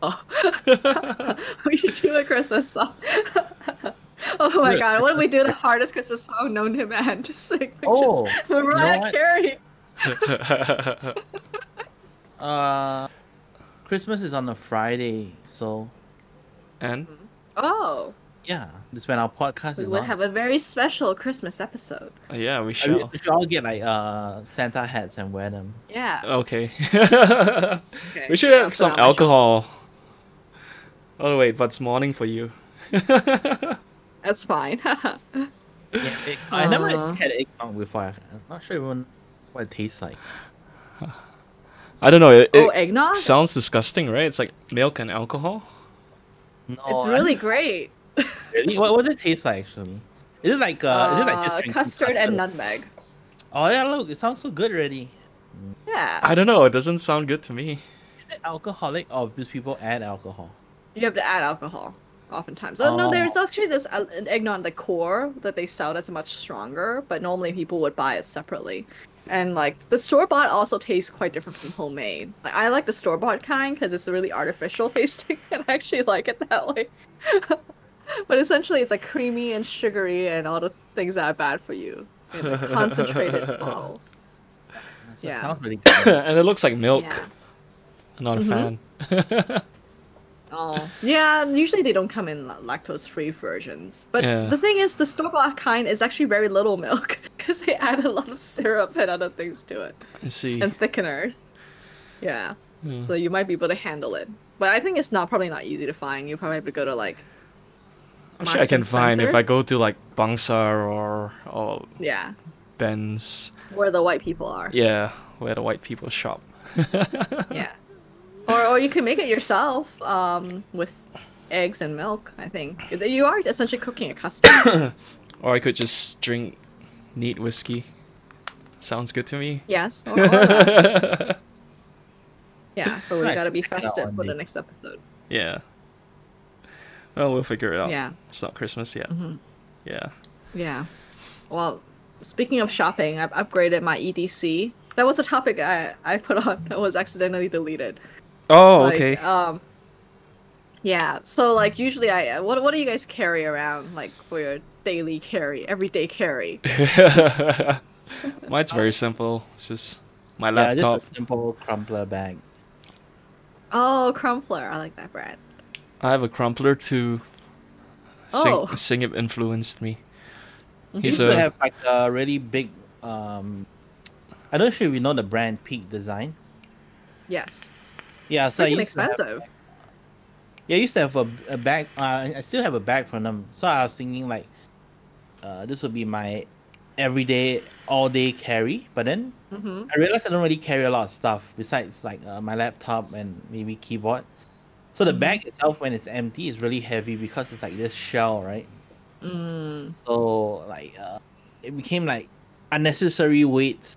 Speaker 3: Oh, we should do a Christmas song. oh my
Speaker 2: Yeah.
Speaker 3: god, what did we do the hardest Christmas song known to man? Just sing pictures.
Speaker 2: Oh,
Speaker 3: Mariah
Speaker 2: you know what?
Speaker 3: Carey.
Speaker 2: Uh, Christmas is on a Friday, so
Speaker 1: and
Speaker 3: Oh,
Speaker 2: yeah, that's when our podcast
Speaker 3: we
Speaker 2: is
Speaker 3: would
Speaker 2: on.
Speaker 3: have a very special Christmas episode.
Speaker 1: uh, yeah, we
Speaker 2: I mean,
Speaker 1: shall.
Speaker 2: we should all get like uh Santa hats and wear them.
Speaker 3: Yeah.
Speaker 1: Okay.
Speaker 3: okay,
Speaker 1: Uh, We should
Speaker 3: I'll
Speaker 1: have
Speaker 3: put
Speaker 1: some
Speaker 3: on my short-
Speaker 1: alcohol. Oh wait, but it's morning for you.
Speaker 3: That's fine.
Speaker 2: Yeah, egg- I never
Speaker 3: Aw.
Speaker 2: had eggnog before. I'm not sure even what it tastes like.
Speaker 1: I don't know. It,
Speaker 3: oh,
Speaker 1: it
Speaker 3: eggnog?
Speaker 1: sounds disgusting, right? It's like milk and alcohol.
Speaker 2: No,
Speaker 3: it's
Speaker 2: I-
Speaker 3: really great.
Speaker 2: really. What does it taste like actually? Is it like uh, is it like just
Speaker 3: Uh,
Speaker 2: drinking
Speaker 3: custard and
Speaker 2: custard?
Speaker 3: nutmeg.
Speaker 2: Oh yeah, look, it sounds so good already.
Speaker 3: Yeah.
Speaker 1: I don't know. It doesn't sound good to me.
Speaker 2: Is it alcoholic or these people add alcohol?
Speaker 3: You have to add alcohol, oftentimes. Oh, no, there's actually this uh, eggnog the core that they sell that's much stronger, but normally people would buy it separately. And like the store bought also tastes quite different from homemade. Like I like the store bought kind because it's really artificial tasting, and I actually like it that way. but essentially, it's like creamy and sugary and all the things that are bad for you. In a concentrated Oh. bottle.
Speaker 2: So It
Speaker 3: Yeah.
Speaker 2: sounds really good.
Speaker 1: and it looks like milk.
Speaker 3: Yeah.
Speaker 1: I'm not a
Speaker 3: Mhm.
Speaker 1: fan.
Speaker 3: Oh. Yeah, usually they don't come in lactose free versions. But
Speaker 1: Yeah.
Speaker 3: the thing is, the store bought kind is actually very little milk because they add a lot of syrup and other things to it
Speaker 1: I see.
Speaker 3: and thickeners. Yeah.
Speaker 1: Yeah.
Speaker 3: So you might be able to handle it. But I think it's not probably not easy to find. You probably have to go to like,
Speaker 1: I'm sure I can
Speaker 3: Marks and
Speaker 1: find if
Speaker 3: Spencer?
Speaker 1: I go to like Bangsar or or
Speaker 3: yeah,
Speaker 1: Ben's.
Speaker 3: where the white people are.
Speaker 1: Yeah, where the white people shop.
Speaker 3: yeah. Or, or you can make it yourself um, with eggs and milk, I think. You are essentially cooking a custard.
Speaker 1: Or I could just drink neat whiskey. Sounds good to me.
Speaker 3: yes. Or, or that. Yeah, but we
Speaker 2: Right.
Speaker 3: gotta be
Speaker 2: Check it out
Speaker 3: festive
Speaker 2: one
Speaker 3: for the
Speaker 2: day.
Speaker 3: next episode.
Speaker 1: Yeah. Well, we'll figure it out.
Speaker 3: Yeah. Mm-hmm.
Speaker 1: It's not Christmas yet. Yeah.
Speaker 3: Yeah. Well, speaking of shopping, I've upgraded my EDC. That was a topic I, I put on that was accidentally deleted.
Speaker 1: Oh,
Speaker 3: Like,
Speaker 1: okay.
Speaker 3: Um. Yeah. So like usually I what what do you guys carry around like for your daily carry, everyday carry? uh,
Speaker 1: Mine's very simple. It's just my
Speaker 2: yeah,
Speaker 1: laptop.
Speaker 2: just a simple crumpler bag.
Speaker 3: Oh, Crumpler. I like that brand.
Speaker 1: I have a crumpler too. Sing,
Speaker 3: Oh. Mm-hmm.
Speaker 1: Singip influenced me.
Speaker 2: They
Speaker 1: He's
Speaker 2: used to
Speaker 1: a
Speaker 2: have like a really big. Um, I don't sure if you know the brand Peak Design.
Speaker 3: Yes.
Speaker 2: Yeah, so I
Speaker 3: Freaking
Speaker 2: used to have-
Speaker 3: expensive.
Speaker 2: yeah, I used to have a, a bag. Uh, I still have a bag from them. So I was thinking like, uh, this would be my everyday, all day carry. But then
Speaker 3: Mm-hmm.
Speaker 2: I realized I don't really carry a lot of stuff besides like uh, my laptop and maybe keyboard. So the bag itself, when it's empty, is really heavy because it's like this shell, right?
Speaker 3: Mm.
Speaker 2: So like, uh, it became like unnecessary weights.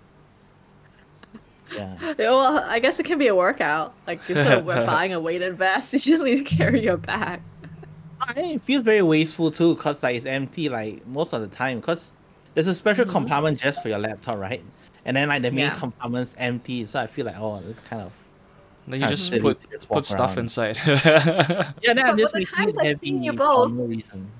Speaker 2: Yeah,
Speaker 3: Yeah, Well, I guess it can be a workout. Like instead of we're buying a weighted vest, you just need to carry your bag.
Speaker 2: I think it feels very wasteful too, cause like it's empty like most of the time, cause there's a special
Speaker 3: Mhm.
Speaker 2: compartment just for your laptop, right? And then like the main
Speaker 3: Yeah.
Speaker 2: compartment's empty, so I feel like oh, this kind of
Speaker 1: Then you
Speaker 2: Ah,
Speaker 1: just
Speaker 2: silly
Speaker 1: put
Speaker 2: to just walk
Speaker 1: put stuff
Speaker 2: around.
Speaker 1: inside.
Speaker 2: yeah. Then
Speaker 3: But-
Speaker 2: I'm
Speaker 3: but
Speaker 2: just
Speaker 3: the
Speaker 2: making
Speaker 3: times
Speaker 2: it
Speaker 3: I've seen
Speaker 2: heavy
Speaker 3: you
Speaker 2: for
Speaker 3: both-
Speaker 2: no reason.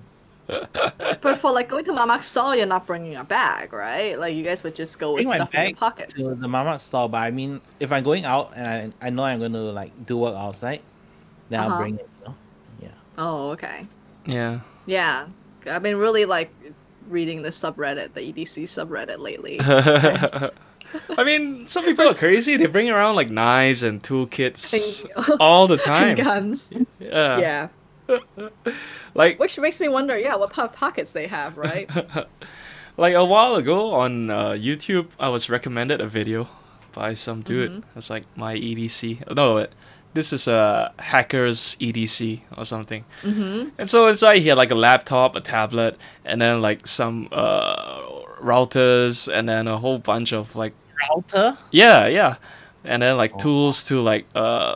Speaker 3: But for like going to Mamak store, you're not bringing a bag, right? Like you guys would just go with
Speaker 2: bring my
Speaker 3: stuff in your
Speaker 2: bag
Speaker 3: pockets.
Speaker 2: to the mama store, but I mean, if I'm going out and I, I know I'm going to like do work outside, then I'll
Speaker 3: Uh-huh.
Speaker 2: bring it. You know?
Speaker 3: Oh, okay.
Speaker 1: yeah.
Speaker 3: Yeah, I've been really like reading the subreddit, the EDC subreddit lately.
Speaker 1: I mean, some people are crazy. They bring around like knives and toolkits
Speaker 3: And-
Speaker 1: all the
Speaker 3: and
Speaker 1: time.
Speaker 3: guns.
Speaker 1: Yeah.
Speaker 3: yeah.
Speaker 1: Like
Speaker 3: Which makes me wonder, yeah, what po- pockets they have, right?
Speaker 1: like a while ago on uh, YouTube, I was recommended a video by some dude. It's like my EDC. No, it, this is a hacker's EDC or something.
Speaker 3: mm-hmm.
Speaker 1: And so inside he had like a laptop, a tablet, and then like some uh, routers, and then a whole bunch of like
Speaker 2: Router?
Speaker 1: yeah, yeah, and then like
Speaker 2: Oh.
Speaker 1: tools to like uh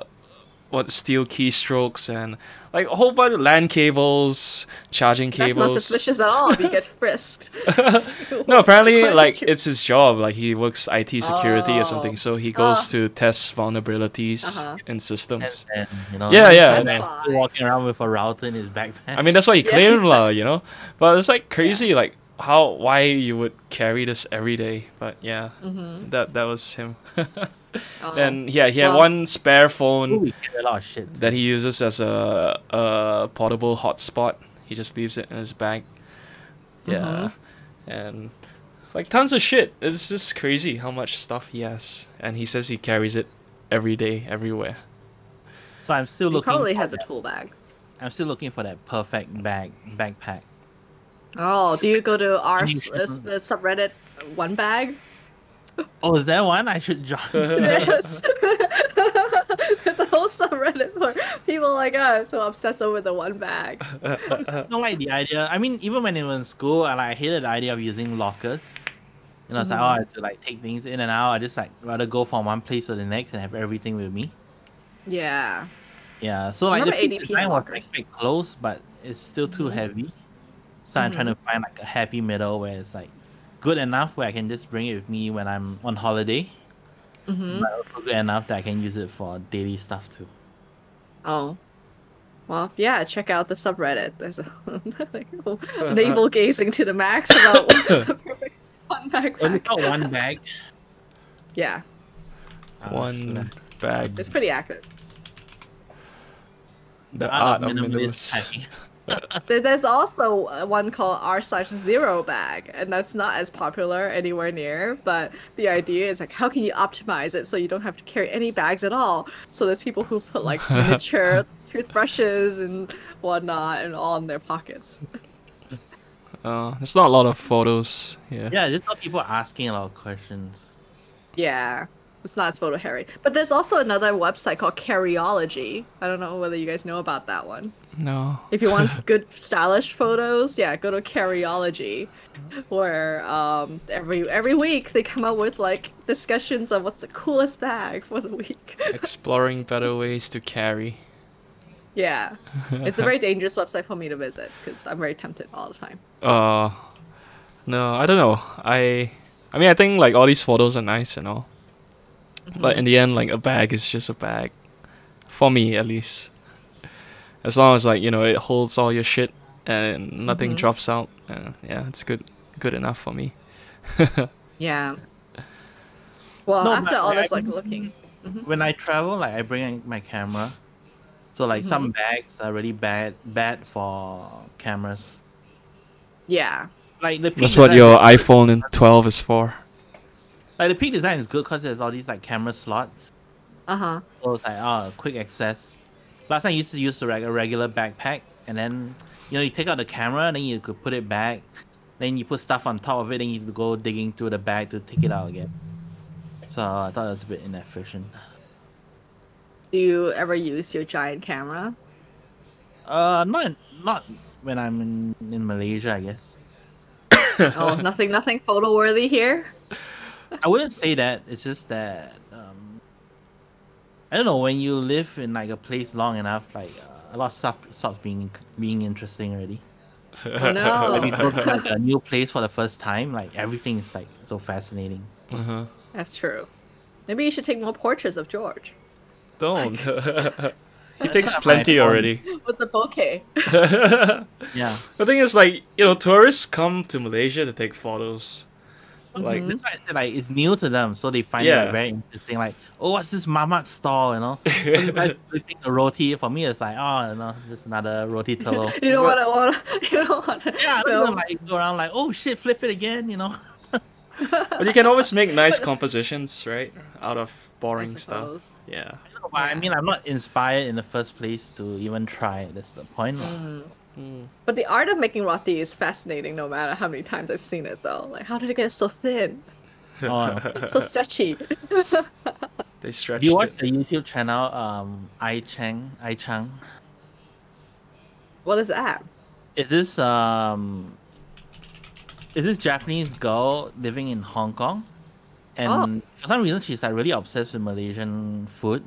Speaker 1: what steel keystrokes and like a whole bunch of LAN cables, charging
Speaker 3: That's not
Speaker 1: cables.
Speaker 3: suspicious at all. If you get frisked.
Speaker 1: no, apparently
Speaker 3: Why did
Speaker 1: like
Speaker 3: you-
Speaker 1: it's his job. Like he works IT security or something,
Speaker 3: Oh.
Speaker 1: so he goes
Speaker 3: Ah.
Speaker 1: to test vulnerabilities
Speaker 3: Uh-huh.
Speaker 1: in
Speaker 2: And,
Speaker 1: systems.
Speaker 2: then, you know,
Speaker 1: Yeah, yeah.
Speaker 3: That's
Speaker 2: and then
Speaker 3: fine.
Speaker 2: still walking around with a router in his backpack.
Speaker 1: I mean, that's why he
Speaker 3: Yeah,
Speaker 1: claimed lah, you know. But it's like crazy, like how why you would carry this every day. But yeah,
Speaker 3: Mm-hmm.
Speaker 1: that that was him.
Speaker 3: Oh.
Speaker 1: and yeah, he had
Speaker 3: Well-
Speaker 1: one spare phone
Speaker 2: Ooh, we carry a lot of shit.
Speaker 1: that he uses as a a portable hotspot. He just leaves it in his bag. Yeah,
Speaker 3: Mm-hmm.
Speaker 1: and like tons of shit. It's just crazy how much stuff he has, and he says he carries it every day, everywhere.
Speaker 2: so I'm still
Speaker 3: He
Speaker 2: looking.
Speaker 3: Oh, probably
Speaker 2: for
Speaker 3: has a
Speaker 2: that-
Speaker 3: tool bag.
Speaker 2: I'm still looking for that perfect bag backpack.
Speaker 3: Oh, do you go to our
Speaker 2: you
Speaker 3: s-
Speaker 2: should-
Speaker 3: s- the subreddit one bag?
Speaker 2: Oh, is there one I should join?
Speaker 3: Yes. There's a whole subreddit for people like us who obsess over the one bag.
Speaker 2: I don't like the idea. I mean, even when it was in school, I like hated the idea of using lockers. You know, it's like oh, I have to like take things in and out. I just like rather go from one place to the next and have everything with me.
Speaker 3: Yeah.
Speaker 2: Yeah. So like
Speaker 3: Remember
Speaker 2: the peak
Speaker 3: ADP
Speaker 2: design was
Speaker 3: lockers?
Speaker 2: like quite close, but it's still too
Speaker 3: Mhm.
Speaker 2: heavy. So I'm trying to
Speaker 3: Mm-hmm.
Speaker 2: find like a happy middle where it's like good enough where I can just bring it with me when I'm on holiday,
Speaker 3: Mm-hmm.
Speaker 2: but also good enough that I can use it for daily stuff too.
Speaker 3: Oh. Well, yeah, check out the subreddit. There's a like,
Speaker 2: Uh-huh.
Speaker 3: navel gazing to the max about the perfect one
Speaker 2: Only
Speaker 3: backpack.
Speaker 2: got one bag.
Speaker 3: Yeah,
Speaker 2: Uh, should I-
Speaker 1: One bag.
Speaker 3: it's pretty accurate.
Speaker 1: The art
Speaker 2: Out of
Speaker 1: of
Speaker 2: minimalist.
Speaker 1: minimalist.
Speaker 2: packing.
Speaker 3: There- There's also uh, one called r slash zero bag, and that's not as popular anywhere near. But the idea is like, how can you optimize it so you don't have to carry any bags at all? So there's people who put like miniature toothbrushes and whatnot and all in their pockets.
Speaker 1: Uh, there's not a lot of photos. Yeah.
Speaker 2: Yeah, just got people asking a lot of questions.
Speaker 3: Yeah. It's not as photo hairy. But there's also another website called Carryology. I don't know whether you guys know about that one.
Speaker 1: No.
Speaker 3: If you want good stylish photos, yeah, go to Carryology. Where um, every every week they come up with like discussions on what's the coolest bag for the week.
Speaker 1: Exploring better ways to carry.
Speaker 3: Yeah, it's a very dangerous website for me to visit because I'm very tempted all the time.
Speaker 1: Uh, no, I don't know. I, I mean, I think like all these photos are nice and all, but in the end, like a bag is just a bag, for me at least. As long as like you know it holds all your shit and nothing
Speaker 3: Mhm.
Speaker 1: drops out, uh, yeah, it's good, good enough for me.
Speaker 3: Yeah. Well,
Speaker 2: No,
Speaker 3: after
Speaker 2: but
Speaker 3: all
Speaker 2: I
Speaker 3: this like
Speaker 2: mean-
Speaker 3: looking,
Speaker 2: when I travel, like I bring my camera. So like some bags are really bad bad for cameras.
Speaker 3: Yeah.
Speaker 2: Like the Peak
Speaker 1: That's what
Speaker 2: design-
Speaker 1: your iPhone 12 is for.
Speaker 2: like the Peak design is good because there's all these like camera slots.
Speaker 3: Uh huh.
Speaker 2: So it's like oh quick access. Last time I used to use the reg- a regular backpack and then you know you take out the camera then you could put it back. Then you put stuff on top of it, then you have to go digging through the bag to take it out again. So I thought it was a bit inefficient.
Speaker 3: Do you ever use your giant camera?
Speaker 2: Uh, not not when I'm in, in Malaysia, I guess.
Speaker 3: oh, nothing, nothing photo worthy here.
Speaker 2: I wouldn't say that. It's just that um, I don't know. When you live in like a place long enough, like uh, a lot of stuff stops being being interesting already.
Speaker 3: Oh,
Speaker 2: When
Speaker 3: no.
Speaker 2: people go to like, a new place for the first time, like everything is like so fascinating.
Speaker 1: Uh-huh.
Speaker 3: That's true. Maybe you should take more portraits of George
Speaker 1: Don't. he takes
Speaker 2: not my
Speaker 1: plenty
Speaker 2: phone.
Speaker 1: already.
Speaker 3: with the bouquet.
Speaker 1: the
Speaker 2: Yeah,
Speaker 1: thing is, like, you know, tourists come to Malaysia to take photos. Like,
Speaker 2: that's why I said like it's new to them, so they find it
Speaker 1: Yeah.
Speaker 2: like, very interesting. Like, oh, what's this mamak stall? You know, This guy's flipping a roti. For me, it's like oh, no, just another roti telur.
Speaker 3: You don't want to, want to, you don't want to
Speaker 2: Yeah, I don't know,
Speaker 3: film.
Speaker 2: like go around like, oh shit, flip it again, you know.
Speaker 1: but you can always make nice compositions, right? Out of
Speaker 3: I
Speaker 1: boring stuff.
Speaker 3: suppose.
Speaker 1: Yeah.
Speaker 2: No, but I mean, I'm not inspired in the first place to even try. it. That's the point. lah.
Speaker 3: But the art of making roti is fascinating, no matter how many times I've seen it, though. Like, how did it get so thin,
Speaker 2: Oh,
Speaker 3: so stretchy?
Speaker 1: They stretched
Speaker 2: do you watch
Speaker 1: it.
Speaker 2: the YouTube channel um I Chang I Chang?
Speaker 3: what is that?
Speaker 2: Is this um is this Japanese girl living in Hong Kong? And for some reason, she's like really obsessed with Malaysian food.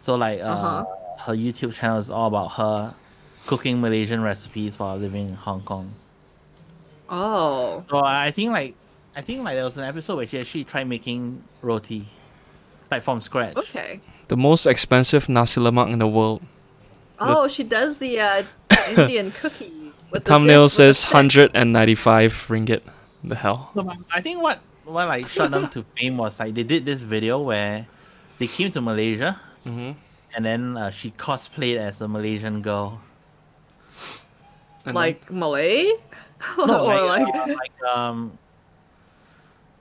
Speaker 2: So like, uh,
Speaker 3: Uh-huh.
Speaker 2: her YouTube channel is all about her cooking Malaysian recipes while living in Hong Kong.
Speaker 3: Oh,
Speaker 2: So uh, I think like I think like there was an episode where she actually tried making roti, like from scratch.
Speaker 3: okay.
Speaker 1: The most expensive nasi lemak in the world.
Speaker 3: Oh, she does the uh, Indian cookie. With the
Speaker 1: Thumbnail
Speaker 3: dip, with the
Speaker 1: says
Speaker 3: stick.
Speaker 1: 195 ringgit. The hell?
Speaker 2: So I think what what like shot them to fame was like they did this video where they came to Malaysia
Speaker 1: Mm-hmm.
Speaker 2: and then uh, she cosplayed as a Malaysian girl.
Speaker 3: Like Malay, or
Speaker 2: No, like,
Speaker 3: Oh, like,
Speaker 2: uh, like, um,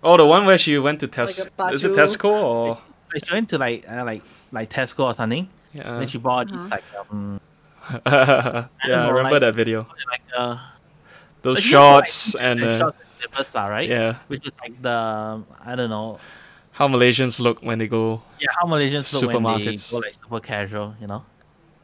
Speaker 1: oh, the one where she went to Tesco.
Speaker 3: Like a
Speaker 1: is it
Speaker 3: baju.
Speaker 1: Tesco or?
Speaker 2: like she went to like uh, like like Tesco or something.
Speaker 1: Yeah.
Speaker 3: Uh-huh.
Speaker 2: Then she bought these like um
Speaker 1: yeah, I
Speaker 2: know,
Speaker 1: remember
Speaker 2: like-
Speaker 1: that video.
Speaker 2: like uh
Speaker 1: Those
Speaker 2: like, you know, like,
Speaker 1: shots and
Speaker 2: like,
Speaker 1: uh,
Speaker 2: shorts and slippers lah, right?
Speaker 1: yeah,
Speaker 2: Which is like the um, I don't know
Speaker 1: how Malaysians look when they go.
Speaker 2: yeah how Malaysians look when they
Speaker 1: Supermarkets.
Speaker 2: go like super casual, you know.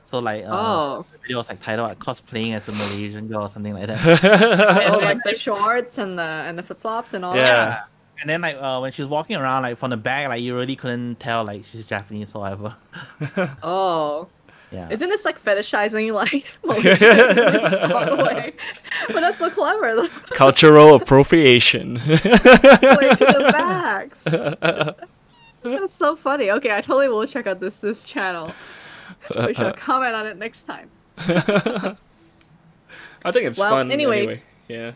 Speaker 2: So like uh,
Speaker 3: oh,
Speaker 2: the video was like titled like cosplaying as a Malaysian girl or something like that.
Speaker 1: yeah,
Speaker 3: oh, like the shorts and the and the flip flops and all.
Speaker 1: Yeah.
Speaker 3: that.
Speaker 2: And then like uh, when she's walking around like from the back, like you really couldn't tell like she's Japanese or whatever.
Speaker 3: Oh,
Speaker 2: Yeah.
Speaker 3: isn't this like fetishizing like Malaysian all the way? But that's so clever. The
Speaker 1: cultural appropriation.
Speaker 3: way to the backs. That's so funny. Okay, I totally will check out this this channel. We shall comment on it next time.
Speaker 1: I think it's
Speaker 3: Well,
Speaker 1: fun
Speaker 3: anyway.
Speaker 1: anyway. Yeah.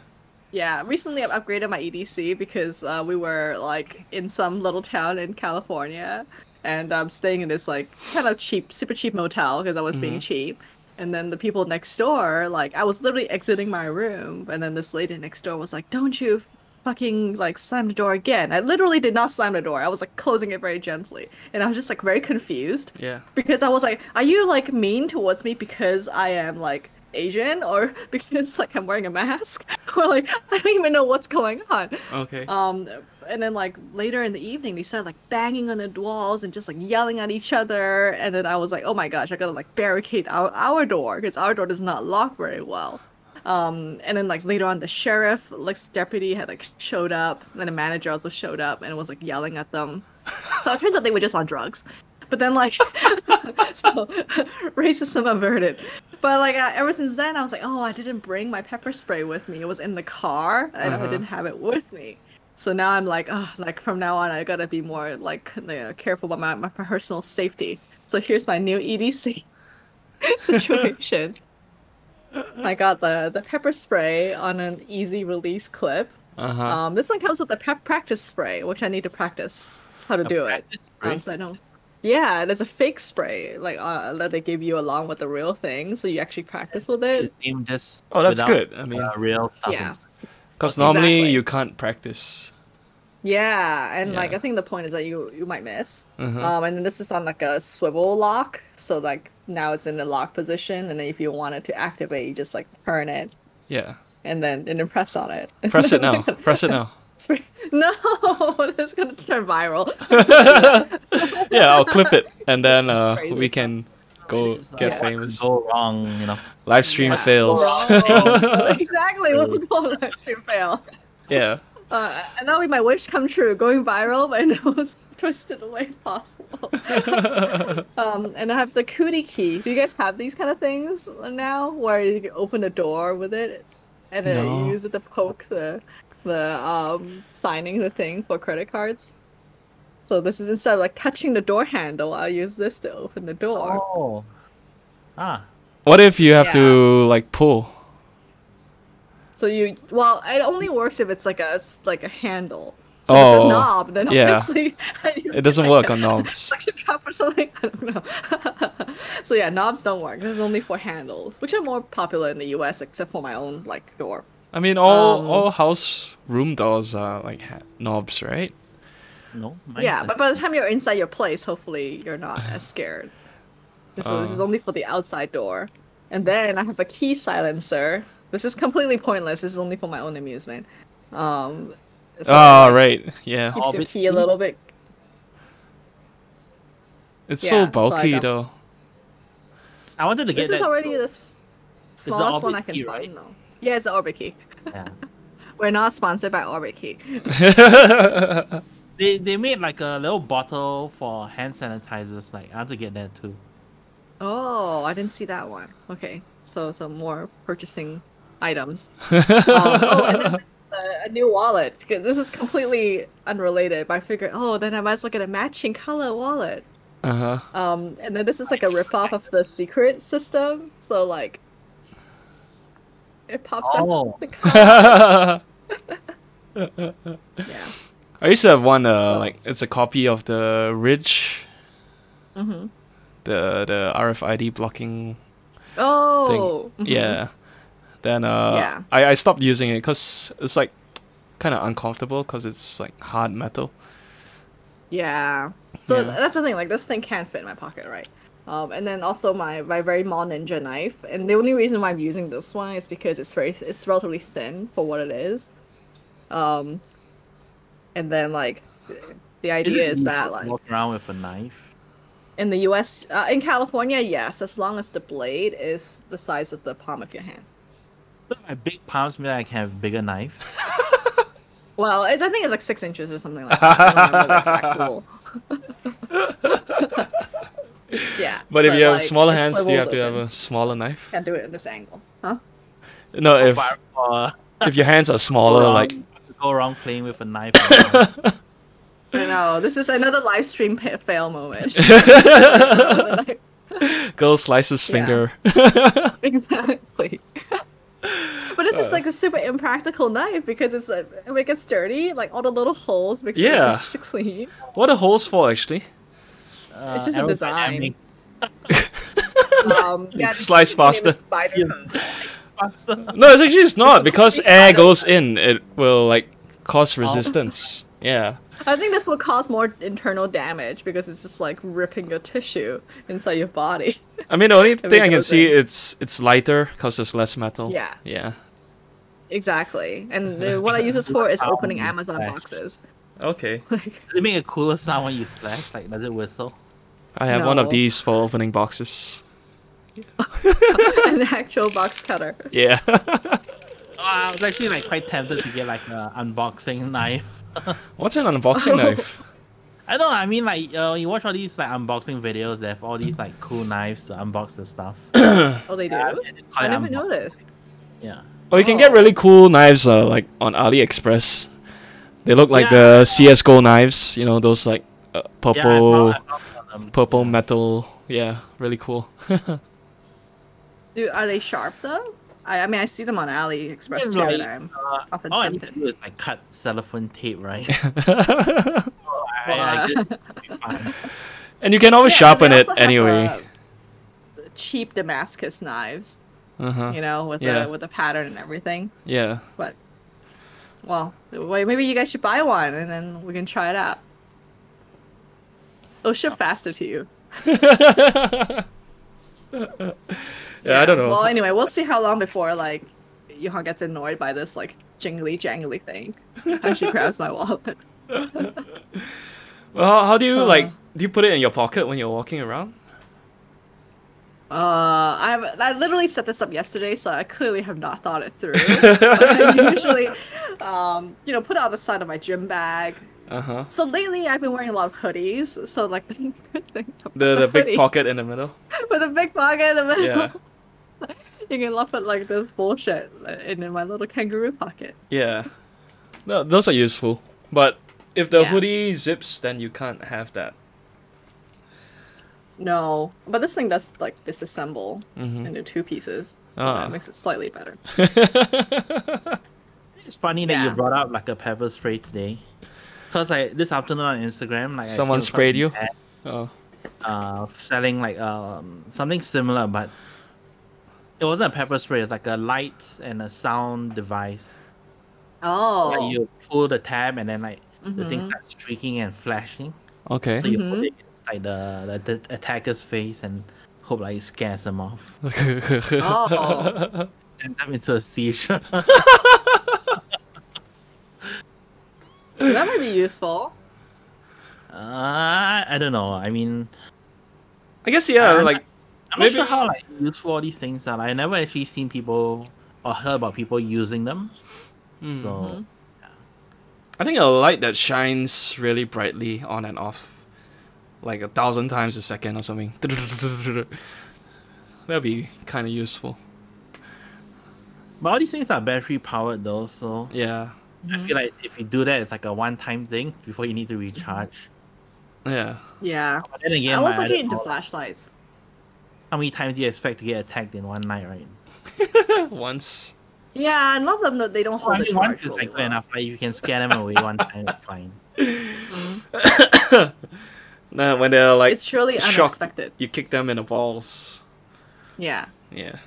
Speaker 3: Yeah, recently I've upgraded my EDC because uh, we were like in some little town in California, and I'm staying in this like kind of cheap, super cheap motel because I was being cheap. And then the people next door, like I was literally exiting my room, and then this lady next door was like, "Don't you fucking like slam the door again?" I literally did not slam the door. I was like closing it very gently, and I was just like very confused
Speaker 1: Yeah.
Speaker 3: because I was like, are you like mean towards me because I am like Asian or because like I'm wearing a mask or like I don't even know what's going on.
Speaker 1: Okay.
Speaker 3: Um, and then like later in the evening, they started like banging on the walls and just like yelling at each other. And then I was like, oh my gosh, I gotta like barricade our our door because our door does not lock very well. Um, and then like later on, the sheriff, like deputy, had like showed up, and the manager also showed up and was like yelling at them. So it turns out they were just on drugs. But then like, so racism averted. But like uh, ever since then, I was like, oh, I didn't bring my pepper spray with me. It was in the car, and
Speaker 1: Uh-huh.
Speaker 3: I didn't have it with me. So now I'm like, oh, like from now on, I gotta be more like you know, careful about my, my personal safety. So here's my new EDC situation. I got the the pepper spray on an easy release clip.
Speaker 1: Uh-huh.
Speaker 3: Uh, Um, this one comes with a pep practice spray, which I need to practice how to do it.
Speaker 2: Practice
Speaker 3: Um,
Speaker 2: break.
Speaker 3: so I don't. Yeah, there's a fake spray like uh, that they give you along with the real thing, so you actually practice with it.
Speaker 2: Just aim this.
Speaker 1: Oh, that's
Speaker 2: without,
Speaker 1: good. I mean-
Speaker 2: uh, real stuff.
Speaker 3: Yeah.
Speaker 2: inside.
Speaker 1: Because normally
Speaker 3: Exactly.
Speaker 1: you can't practice.
Speaker 3: Yeah, and like
Speaker 1: Yeah.
Speaker 3: I think the point is that you you might miss.
Speaker 1: Mhm.
Speaker 3: Um, and then this is on like a swivel lock, so like now it's in the lock position, and then if you want it to activate, you just like turn it
Speaker 1: Yeah.
Speaker 3: and then and then press on it.
Speaker 1: Press it now. Press it now.
Speaker 3: Spray- no, that's gonna turn viral.
Speaker 1: Yeah, I'll clip it and then uh,
Speaker 3: Crazy.
Speaker 1: we can go
Speaker 2: It's like,
Speaker 1: get
Speaker 2: what could
Speaker 1: famous.
Speaker 2: Go wrong, you know.
Speaker 1: Live stream
Speaker 3: Yeah.
Speaker 1: fails.
Speaker 3: exactly what we call an extreme fail.
Speaker 1: yeah.
Speaker 3: Uh, and that would be my wish come true, going viral but in the most twisted way possible. um, and I have the cootie key. Do you guys have these kind of things now, where you can open a door with it, and then
Speaker 1: No.
Speaker 3: you use it to poke the the um, signing the thing for credit cards? So this is instead of like touching the door handle, I'll use this to open the door.
Speaker 2: Oh. Ah.
Speaker 1: What if you have to
Speaker 3: Yeah.
Speaker 1: like pull?
Speaker 3: So you well, it only works if it's like a s- like a handle. So if it's
Speaker 1: Oh,
Speaker 3: a knob, then
Speaker 1: yeah.
Speaker 3: obviously
Speaker 1: It doesn't work on knobs.
Speaker 3: suction cup or something. I don't know. so yeah, knobs don't work. This is only for handles, which are more popular in the U.S. Except for my own like door.
Speaker 1: I mean, all
Speaker 3: Um,
Speaker 1: all house room doors are like ha- knobs, right?
Speaker 2: No. mine
Speaker 3: yeah,
Speaker 2: says-
Speaker 3: but by the time you're inside your place, hopefully you're not as scared. So this is
Speaker 1: Oh.
Speaker 3: only for the outside door. And then I have a key silencer. This is completely pointless. This is only for my own amusement. Um, so
Speaker 1: Ah, right. Yeah.
Speaker 3: keeps your
Speaker 2: Orbit
Speaker 3: key a
Speaker 2: key?
Speaker 3: little bit
Speaker 1: It's
Speaker 3: yeah, so
Speaker 1: so
Speaker 3: I
Speaker 1: bulky
Speaker 3: got-
Speaker 1: though.
Speaker 2: I wanted to get
Speaker 3: This is
Speaker 2: that-
Speaker 3: already the s-
Speaker 2: the
Speaker 3: smallest one
Speaker 2: Orbit
Speaker 3: I can
Speaker 2: key,
Speaker 3: find,
Speaker 2: right?
Speaker 3: though. Yeah, it's an Orbit key.
Speaker 2: Yeah.
Speaker 3: We're not sponsored by Orbit key.
Speaker 2: They they made like a little bottle for hand sanitizers. Like I want to get that too.
Speaker 3: Oh, I didn't see that one. Okay, so some more purchasing items. um, oh, and then this is a, a new wallet. 'cause This is completely unrelated, but I figured, oh, then I might as well get a matching color wallet.
Speaker 1: uh huh.
Speaker 3: Um, and then this is like a ripoff of the secret system. So like, it pops
Speaker 2: Oh.
Speaker 3: up the color. yeah.
Speaker 1: Uh-huh. I used to have one uh,
Speaker 3: So-
Speaker 1: like it's a copy of the Ridge,
Speaker 3: Mm-hmm.
Speaker 1: the the RFID blocking thing.
Speaker 3: Oh. mhm.
Speaker 1: Yeah. Then uh,
Speaker 3: Yeah.
Speaker 1: I I stopped using it because it's like kind of uncomfortable because it's like hard metal.
Speaker 3: Yeah. So
Speaker 1: Yeah.
Speaker 3: th- that's the thing. Like this thing can't fit in my pocket, right? Um, and then also my my very small ninja knife. And the only reason why I'm using this one is because it's very it's relatively thin for what it is. Um, and then like th- the idea is that like
Speaker 2: walk around with a knife?
Speaker 3: in the U.S. Uh, in California, yes, as long as the blade is the size of the palm of your hand.
Speaker 2: Look, my big palms mean I can have bigger knife.
Speaker 3: Well, it's, I think it's like six inches or something like that. I don't remember the exact rule. yeah.
Speaker 1: But if you have
Speaker 3: like,
Speaker 1: smaller
Speaker 3: it
Speaker 1: hands, do you have
Speaker 3: swivels
Speaker 1: to have
Speaker 3: open.
Speaker 1: a smaller knife?
Speaker 3: Can't do it in this angle, huh?
Speaker 1: No, if
Speaker 2: But, uh,
Speaker 1: if your hands are
Speaker 2: go
Speaker 1: smaller,
Speaker 2: around-
Speaker 1: like
Speaker 2: go around playing with a knife. around.
Speaker 3: I know. This is another live stream pa- fail moment.
Speaker 1: girl slices
Speaker 3: Yeah.
Speaker 1: finger.
Speaker 3: exactly. But this
Speaker 1: Uh.
Speaker 3: is like a super impractical knife because it's like, it gets dirty, like all the little holes makes
Speaker 1: Yeah.
Speaker 3: it extra clean.
Speaker 1: what are holes for actually?
Speaker 2: Uh,
Speaker 3: It's just a design.
Speaker 2: aerodynamic
Speaker 3: Um, yeah, this is
Speaker 1: Slice
Speaker 3: the name of
Speaker 1: faster.
Speaker 3: Spider cone.
Speaker 2: faster.
Speaker 1: No, it's actually it's not
Speaker 3: supposed
Speaker 1: because
Speaker 3: to be
Speaker 1: air
Speaker 3: silent, Oh.
Speaker 1: goes
Speaker 3: right?
Speaker 1: in, it will like cause resistance. Yeah.
Speaker 3: I think this will cause more internal damage because it's just like ripping your tissue inside your body.
Speaker 1: I mean, the only
Speaker 3: we
Speaker 1: thing I can
Speaker 3: goes
Speaker 1: see
Speaker 3: in.
Speaker 1: it's it's lighter because there's less metal.
Speaker 3: Yeah.
Speaker 1: Yeah.
Speaker 3: Exactly. And uh, what I use this for is opening Amazon boxes.
Speaker 1: Okay.
Speaker 3: Like,
Speaker 2: Does it make a cooler sound when you slash? Like does it whistle?
Speaker 1: I have one of
Speaker 3: No.
Speaker 1: these for opening boxes.
Speaker 3: an actual box cutter.
Speaker 1: Yeah.
Speaker 2: Oh, I was actually like quite tempted to get like an unboxing knife.
Speaker 1: What's an unboxing knife?
Speaker 2: I don't know, I mean like uh, you watch all these like unboxing videos, they have all these like cool knives to unbox the stuff.
Speaker 3: Oh, they do?
Speaker 2: Yeah, they just call
Speaker 3: I
Speaker 2: it
Speaker 3: never
Speaker 2: unbox-
Speaker 3: noticed.
Speaker 2: Yeah.
Speaker 1: Oh, you can get
Speaker 3: Oh.
Speaker 1: really cool knives uh, like on AliExpress. They look like the CS:GO knives, you know, those like uh,
Speaker 2: Yeah, I found-
Speaker 1: purple
Speaker 2: I found one, um,
Speaker 1: purple metal. Yeah, really cool.
Speaker 3: Do, are they sharp though? I, I mean, I see them on AliExpress
Speaker 2: Yeah,
Speaker 3: too,
Speaker 2: right.
Speaker 3: and I'm
Speaker 2: uh,
Speaker 3: often
Speaker 2: all I need to
Speaker 3: tempted.
Speaker 2: do is like cut cellophane tape, right?
Speaker 1: yeah,
Speaker 2: I, I get- fine.
Speaker 1: And you can always
Speaker 3: Yeah,
Speaker 1: sharpen
Speaker 3: they
Speaker 1: it
Speaker 3: also have,
Speaker 1: anyway.
Speaker 3: uh, cheap Damascus knives,
Speaker 1: Uh huh.
Speaker 3: you know, with
Speaker 1: Yeah.
Speaker 3: the with the pattern and everything.
Speaker 1: Yeah.
Speaker 3: But well, wait, maybe you guys should buy one and then we can try it out. It'll ship faster to you.
Speaker 1: yeah, I don't know.
Speaker 3: Well, anyway, we'll see how long before like Johan gets annoyed by this like jingly jangly thing, and she grabs my wallet.
Speaker 1: Well, how, how do you
Speaker 3: Uh.
Speaker 1: like? Do you put it in your pocket when you're walking around?
Speaker 3: Uh, I have I literally set this up yesterday, so I clearly have not thought it through. I usually, um, you know, put it on the side of my gym bag.
Speaker 1: Uh huh.
Speaker 3: So lately, I've been wearing a lot of hoodies. So like the good thing. to
Speaker 1: The
Speaker 3: put
Speaker 1: the
Speaker 3: a
Speaker 1: big
Speaker 3: hoodie
Speaker 1: pocket in the middle.
Speaker 3: with a big pocket in the middle.
Speaker 1: Yeah.
Speaker 3: You can laugh at like this bullshit in, in my little kangaroo pocket.
Speaker 1: Yeah. No, those are useful. But if the
Speaker 3: Yeah.
Speaker 1: hoodie zips, then you can't have that.
Speaker 3: No, but this thing does like disassemble
Speaker 1: Mm-hmm.
Speaker 3: into two pieces.
Speaker 1: Ah.
Speaker 3: That makes it slightly better.
Speaker 2: It's funny that you
Speaker 3: Yeah.
Speaker 2: brought up like a pepper spray today, cause I this afternoon on Instagram like I
Speaker 1: Someone
Speaker 2: came across
Speaker 1: sprayed
Speaker 2: an
Speaker 1: you?
Speaker 2: ad,
Speaker 1: oh.
Speaker 2: uh, selling like um something similar, but it wasn't a pepper spray. It's like a light and a sound device. Like,
Speaker 3: Oh.
Speaker 2: you pull the tab and then like the thing
Speaker 3: Mhm.
Speaker 2: starts streaking and flashing.
Speaker 1: Mm-hmm. Okay. Mm-hmm.
Speaker 2: So you
Speaker 3: Mhm.
Speaker 2: put it inside the, the the attacker's face and hope like it scares them off.
Speaker 3: Oh.
Speaker 2: Send them into a seizure.
Speaker 3: that might be useful.
Speaker 2: Uh, I don't know. I mean,
Speaker 1: I guess yeah.
Speaker 2: I'm
Speaker 1: like
Speaker 2: I'm
Speaker 1: Maybe-
Speaker 2: not sure how like useful all these things are. I never actually seen people or heard about people using them.
Speaker 1: mm.
Speaker 2: So
Speaker 3: Mm-hmm.
Speaker 1: I think a light that shines really brightly on and off, like a thousand times a second or something. That'd be kind of useful.
Speaker 2: but all these things are battery powered though, so
Speaker 1: Yeah.
Speaker 3: Mm-hmm.
Speaker 2: I feel like if you do that it's like a one time thing before you need to recharge.
Speaker 1: Yeah.
Speaker 3: Yeah.
Speaker 2: But then again,
Speaker 3: Mm-hmm. I was
Speaker 2: like, I
Speaker 3: looking
Speaker 2: don't
Speaker 3: into
Speaker 2: know,
Speaker 3: flashlights.
Speaker 2: how many times do you expect to get attacked in one night, right?
Speaker 1: Once.
Speaker 3: Yeah, and love them though they don't hold
Speaker 2: I
Speaker 3: Oh, the
Speaker 2: mean,
Speaker 3: charge
Speaker 2: once is
Speaker 3: really
Speaker 2: like good
Speaker 3: well.
Speaker 2: enough, like you can scare them away one time, it's fine.
Speaker 1: No, when they're like
Speaker 3: It's surely
Speaker 1: shocked,
Speaker 3: unexpected.
Speaker 1: you kick them in the balls.
Speaker 3: Yeah.
Speaker 1: Yeah.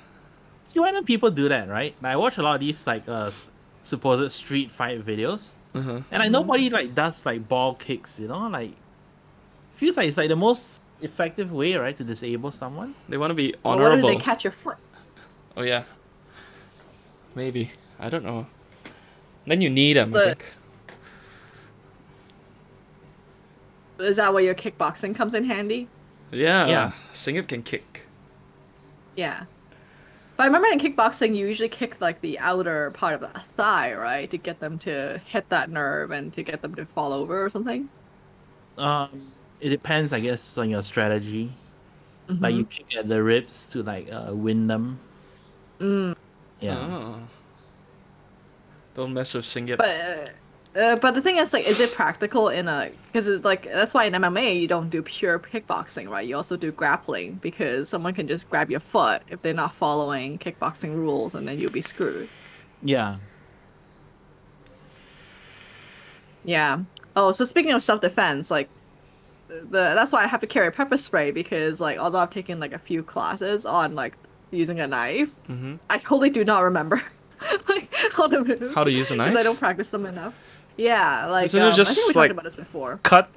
Speaker 2: See, why don't people do that, right? Like, I watch a lot of these like uh, s- supposed street fight videos,
Speaker 1: Uh-huh.
Speaker 2: and
Speaker 3: Mm-hmm.
Speaker 2: like nobody like does like ball kicks, you know? Like, feels like it's like the most effective way, right, to disable someone.
Speaker 1: They want to be
Speaker 3: But what if
Speaker 1: honorable.
Speaker 3: they catch your foot?
Speaker 1: oh yeah. Maybe I don't know. Then you need them. I
Speaker 3: So-
Speaker 1: think.
Speaker 3: Is that where your kickboxing comes in handy?
Speaker 1: Yeah.
Speaker 2: Yeah.
Speaker 1: Singip can kick.
Speaker 3: Yeah. But I remember in kickboxing, you usually kick like the outer part of the thigh, right, to get them to hit that nerve and to get them to fall over or something.
Speaker 2: Um, it depends, I guess, on your strategy.
Speaker 3: Mm-hmm.
Speaker 2: Like you kick at the ribs to like uh, win them.
Speaker 3: Mm.
Speaker 2: Yeah.
Speaker 1: Oh. Don't mess with Singip.
Speaker 3: But uh, uh, but the thing is, like, is it practical in a? Because it's like that's why in MMA you don't do pure kickboxing, right? You also do grappling because someone can just grab your foot if they're not following kickboxing rules, and then you'll be screwed.
Speaker 2: Yeah.
Speaker 3: Yeah. Oh, so speaking of self defense, like the that's why I have to carry pepper spray because like although I've taken like a few classes on like using a knife,
Speaker 1: Mhm.
Speaker 3: I totally do not remember like how to move.
Speaker 1: How to use a
Speaker 3: I
Speaker 1: knife?
Speaker 3: don't practice them enough. Yeah, like
Speaker 1: Isn't it
Speaker 3: um, I
Speaker 1: just,
Speaker 3: think we
Speaker 1: like-
Speaker 3: talked about this before.
Speaker 1: Cut.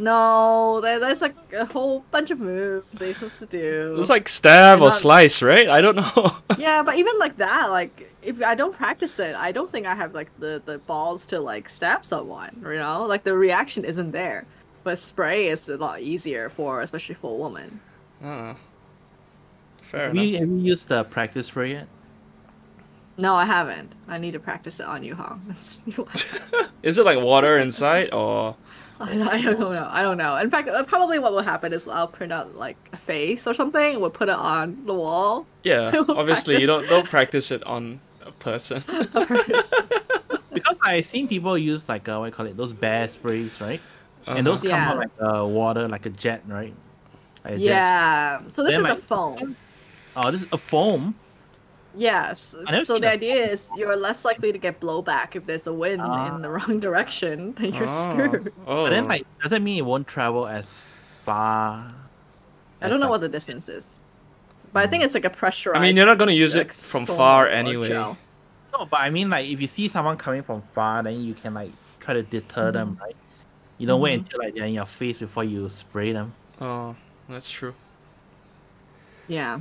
Speaker 3: No, there, there's like a whole bunch of moves they're supposed to do.
Speaker 1: It's like stab
Speaker 3: You're
Speaker 1: or
Speaker 3: not-
Speaker 1: slice, right? I don't know.
Speaker 3: yeah, but even like that, like if I don't practice it, I don't think I have like the the balls to like stab someone. You know, like the reaction isn't there. But spray is a lot easier for, especially for a woman.
Speaker 1: Ah. Fair
Speaker 2: Have you,
Speaker 1: enough.
Speaker 2: have you used the practice spray yet?
Speaker 3: No, I haven't. I need to practice it on you, Hong.
Speaker 1: Is it like water inside or
Speaker 3: I don't I don't know. I don't know. In fact, uh, probably what will happen is I'll print out like a face or something. We'll put it on the wall.
Speaker 1: yeah?
Speaker 3: I will
Speaker 1: Obviously, you
Speaker 3: practice.
Speaker 1: don't don't practice it on a person.
Speaker 2: Because I've seen people use like uh, what do you call it those bear sprays, right? And those
Speaker 1: Uh-huh.
Speaker 2: come
Speaker 3: Yeah.
Speaker 2: out like uh, water, like a jet, right? Like a jet
Speaker 3: yeah. So this
Speaker 2: Then,
Speaker 3: is a
Speaker 2: like-
Speaker 3: foam.
Speaker 2: Oh, this is a foam.
Speaker 3: Yes.
Speaker 2: I never
Speaker 3: So
Speaker 2: seen
Speaker 3: the
Speaker 2: a-
Speaker 3: idea is you're less likely to get blowback if there's a wind
Speaker 2: Ah.
Speaker 3: in the wrong direction, then you're
Speaker 1: oh.
Speaker 3: screwed.
Speaker 1: Oh.
Speaker 2: But then, like, doesn't mean it won't travel as far.
Speaker 3: I don't know what the distance is. But I
Speaker 2: Hmm.
Speaker 3: think it's like a pressurized.
Speaker 1: I mean, you're not gonna use it
Speaker 3: like,
Speaker 1: from
Speaker 3: stone
Speaker 1: far
Speaker 3: or
Speaker 1: anyway.
Speaker 3: gel.
Speaker 2: No, but I mean, like, if you see someone coming from far, then you can like try to deter them, right? You don't wait until like they're in your face before you spray them.
Speaker 1: Oh, that's true.
Speaker 3: Yeah.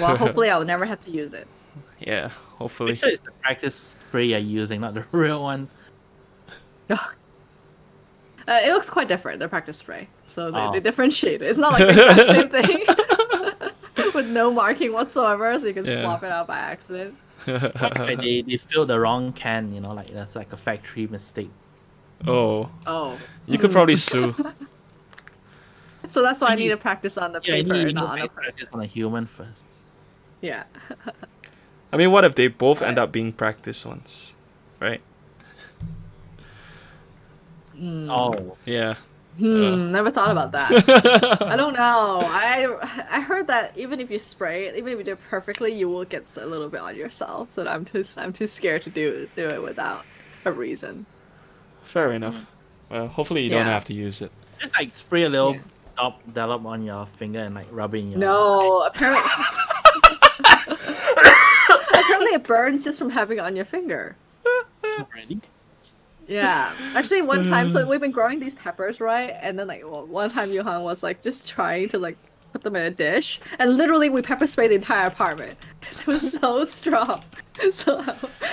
Speaker 3: Well, hopefully I'll never have to use it.
Speaker 1: Yeah, hopefully.
Speaker 2: Pretty sure it's the practice spray you're using, not the real one.
Speaker 3: uh, it looks quite different, the practice spray. So they, they
Speaker 2: Oh.
Speaker 3: differentiate it. It's not like the exact same thing. With no marking whatsoever, so you can
Speaker 1: Yeah.
Speaker 3: swap it out by accident.
Speaker 2: Like, they they filled the wrong can, you know, like that's like a factory mistake.
Speaker 1: oh,
Speaker 3: Oh.
Speaker 1: you could probably sue.
Speaker 3: So that's why I
Speaker 2: You
Speaker 3: need
Speaker 2: need-
Speaker 3: to practice on the
Speaker 2: Yeah, you
Speaker 3: paper,
Speaker 2: need, you
Speaker 3: not on a
Speaker 2: need to
Speaker 3: person.
Speaker 2: practice on a human first.
Speaker 3: Yeah.
Speaker 1: I mean, what if they both end up being practice ones, right?
Speaker 2: Oh,
Speaker 1: Yeah.
Speaker 3: Mm. Hmm, never thought about that. I don't know. I I heard that even if you spray it, even if you do it perfectly, you will get a little bit on yourself. So I'm too I'm too scared to do do it without a reason.
Speaker 1: Fair enough. Well, hopefully you don't
Speaker 3: Yeah.
Speaker 1: have to use it.
Speaker 2: just like spray a little
Speaker 3: Yeah.
Speaker 2: dop dollop on your finger and like rub it in your.
Speaker 3: No, apparently apparently it burns just from having it on your finger.
Speaker 2: Already?
Speaker 3: Yeah. Actually, one time,
Speaker 1: Mm-hmm.
Speaker 3: so we've been growing these peppers, right? And then, like, well, one time, Johan was like just trying to like put them in a dish, and literally, we pepper sprayed the entire apartment. It was so strong. So,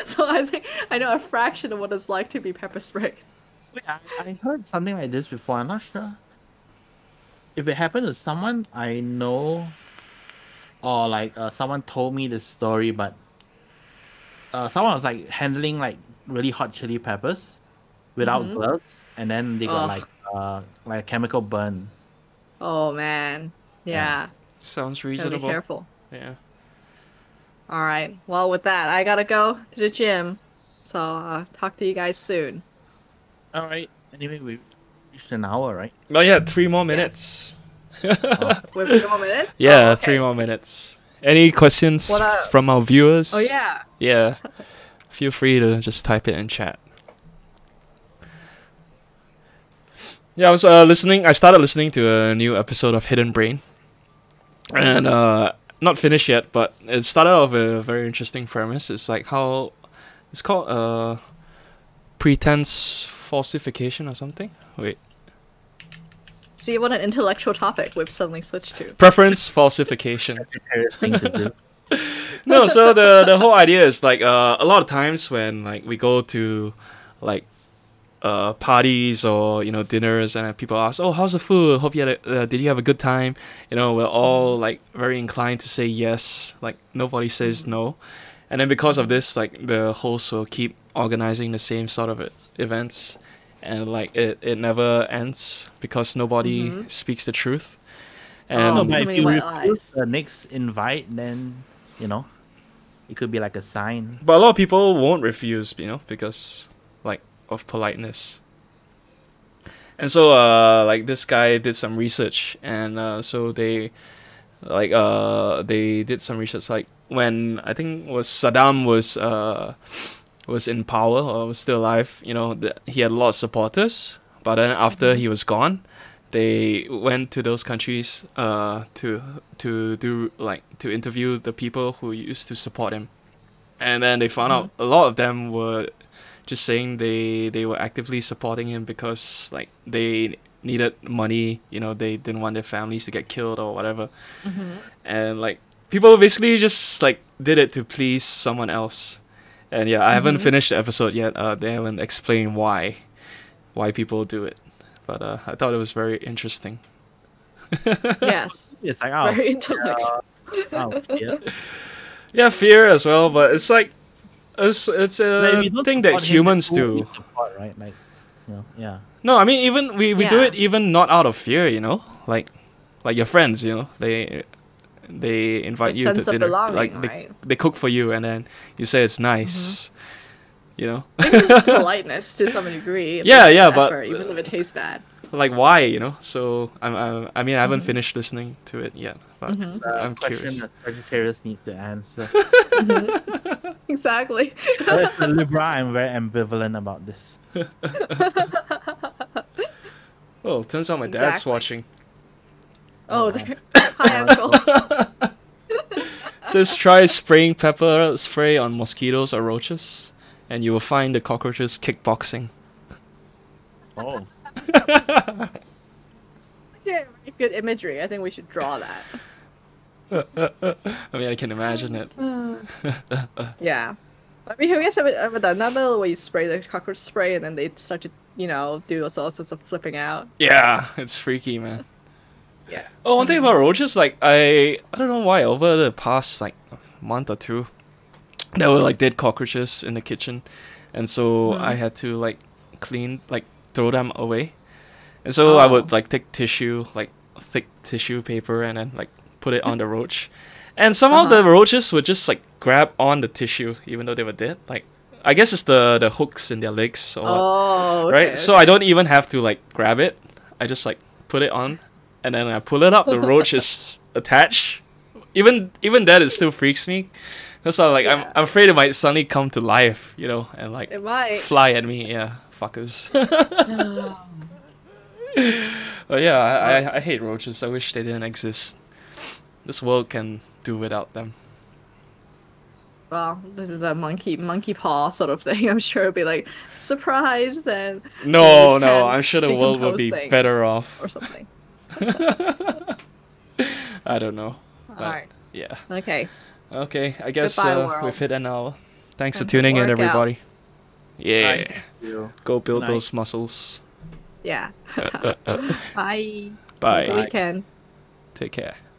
Speaker 3: so I think I know a fraction of what it's like to be pepper sprayed.
Speaker 2: Wait, I, I heard something like this before. I'm not sure. If it happened to someone I know, or like uh, someone told me this story, but uh, someone was like handling like really hot chili peppers without gloves, and then they got
Speaker 3: Mm-hmm. Ugh.
Speaker 2: like uh, like a chemical burn.
Speaker 3: Oh man. Yeah.
Speaker 1: Sounds
Speaker 3: Gotta be
Speaker 1: reasonable.
Speaker 3: careful.
Speaker 1: Yeah.
Speaker 3: All right. Well, with that, I gotta go to the gym. So uh, talk to you guys soon.
Speaker 2: All right. Anyway, we reached an hour, right?
Speaker 1: Oh yeah, three more minutes.
Speaker 3: With three more minutes.
Speaker 1: Yeah,
Speaker 3: Oh, okay.
Speaker 1: three more minutes. Any questions
Speaker 3: What, uh,
Speaker 1: from our viewers?
Speaker 3: Oh yeah.
Speaker 1: Yeah. Feel free to just type it in chat. Yeah, I was uh, listening. I started listening to a new episode of Hidden Brain, and uh, not finished yet, but it started off with a very interesting premise. It's like how it's called uh, pretense falsification or something. Wait,
Speaker 3: See what an intellectual topic we've suddenly switched to.
Speaker 1: preference falsification.
Speaker 2: Various thing to do.
Speaker 1: no so the the whole idea is like uh, a lot of times when like we go to like uh, parties or you know dinners and people ask oh how's the food hope you had a, uh, did you have a good time you know we're all like very inclined to say yes like nobody says no and then because of this like the hosts will keep organizing the same sort of e- events and like it, it never ends because nobody speaks the truth and
Speaker 3: Oh,
Speaker 2: No, but
Speaker 3: too
Speaker 2: if
Speaker 3: many
Speaker 2: you
Speaker 3: white
Speaker 2: refuse
Speaker 3: lies.
Speaker 2: the next invite, then you know, it could be like a sign.
Speaker 1: But a lot of people won't refuse, you know, because like of politeness. And so, uh, like this guy did some research, and uh, so they, like, uh, they did some research. Like when I think was Saddam was uh, was in power or was still alive, you know, th- he had a lot of supporters. But then after he was gone, they went to those countries uh, to to do like to interview the people who used to support him and then they found out
Speaker 2: Mm-hmm.
Speaker 1: a lot of them were just saying they they were actively supporting him because like they needed money you know they didn't want their families to get killed or whatever and like people basically just like did it to please someone else and yeah i
Speaker 2: Mm-hmm.
Speaker 1: haven't finished the episode yet uh they haven't explained why why people do it but uh i thought it was very interesting
Speaker 3: yes.
Speaker 2: It's like oh,
Speaker 3: Very intellectual.
Speaker 2: oh yeah.
Speaker 1: yeah fear as well but it's like it's it's
Speaker 2: Like,
Speaker 1: a
Speaker 2: we don't
Speaker 1: thing Uh, that
Speaker 2: support him,
Speaker 1: humans
Speaker 2: who we
Speaker 1: do
Speaker 2: Support, right? Like, you know, yeah.
Speaker 1: No, I mean even we, we do
Speaker 3: Yeah.
Speaker 1: it even not out of fear, you know? Like like your friends, you know, they they invite
Speaker 3: The
Speaker 1: you
Speaker 3: sense
Speaker 1: to
Speaker 3: of
Speaker 1: dinner.
Speaker 3: belonging,
Speaker 1: like they,
Speaker 3: right? Mm-hmm.
Speaker 1: they cook for you and then you say it's nice. You know?
Speaker 3: It's just politeness to some degree. It
Speaker 1: Yeah,
Speaker 3: makes
Speaker 1: yeah,
Speaker 3: an
Speaker 1: but-
Speaker 3: effort, even if it tastes bad.
Speaker 1: like why, you know? So I'm, I'm I
Speaker 3: Mm-hmm.
Speaker 1: mean I haven't finished listening to it yet, but
Speaker 2: It's a
Speaker 1: I'm
Speaker 2: question
Speaker 1: curious.
Speaker 2: that Sagittarius needs to answer.
Speaker 3: Mm-hmm. exactly. Oh,
Speaker 2: As a Libra, I'm very ambivalent about this.
Speaker 1: Oh, turns out my dad's
Speaker 3: Exactly.
Speaker 1: watching.
Speaker 3: Oh, there. hi uncle.
Speaker 1: Says try spraying pepper spray on mosquitoes or roaches, and you will find the cockroaches kickboxing.
Speaker 2: Oh,
Speaker 3: Yeah, very Good imagery. I think we should draw that.
Speaker 1: I mean, I can imagine it.
Speaker 3: Yeah. I mean, have you guys ever, ever done that though, where you spray the cockroach spray and then they start to, you know, do all sorts of flipping out?
Speaker 1: Yeah, it's freaky, man.
Speaker 3: Yeah.
Speaker 1: Oh, one thing about roaches, like I, I don't know why over the past like month or two, there were like dead cockroaches in the kitchen, and so
Speaker 3: Hmm.
Speaker 1: I had to like clean, like throw them away, and so I
Speaker 3: Oh.
Speaker 1: would like take tissue, like thick tissue paper, and then like put it on the roach, and somehow the
Speaker 3: Uh-huh.
Speaker 1: roaches would just like grab on the tissue even though they were dead. Like I guess it's the the hooks in their legs or what
Speaker 3: Oh,
Speaker 1: right?
Speaker 3: okay,
Speaker 1: So I don't even have to like grab it. I just like put it on, and then I pull it up. The roach is attached. Even even that, it still freaks me. That's not like I'm
Speaker 3: Yeah.
Speaker 1: I'm afraid it might suddenly come to life, you know, and like
Speaker 3: okay. it might.
Speaker 1: fly at me. Yeah, fuckers. but yeah, I, I I hate roaches. I wish they didn't exist. This world can do without them.
Speaker 3: well, this is a monkey monkey paw sort of thing. I'm sure it'll be like surprise then
Speaker 1: No, no,
Speaker 3: can
Speaker 1: I'm sure the world would be
Speaker 3: decompose
Speaker 1: better
Speaker 3: things.
Speaker 1: off.
Speaker 3: or something.
Speaker 1: I don't know. But,
Speaker 3: All right.
Speaker 1: Yeah.
Speaker 3: Okay.
Speaker 1: Okay, I guess
Speaker 3: Goodbye,
Speaker 1: uh,
Speaker 3: world.
Speaker 1: we've hit an hour. Thanks
Speaker 3: Time
Speaker 1: for
Speaker 3: to
Speaker 1: tuning in,
Speaker 3: work out.
Speaker 1: everybody. Yeah,
Speaker 2: Thank you.
Speaker 1: go build
Speaker 2: Night.
Speaker 1: those muscles.
Speaker 3: Yeah. Bye. Have a
Speaker 1: Bye.
Speaker 3: Good weekend.
Speaker 1: Take care.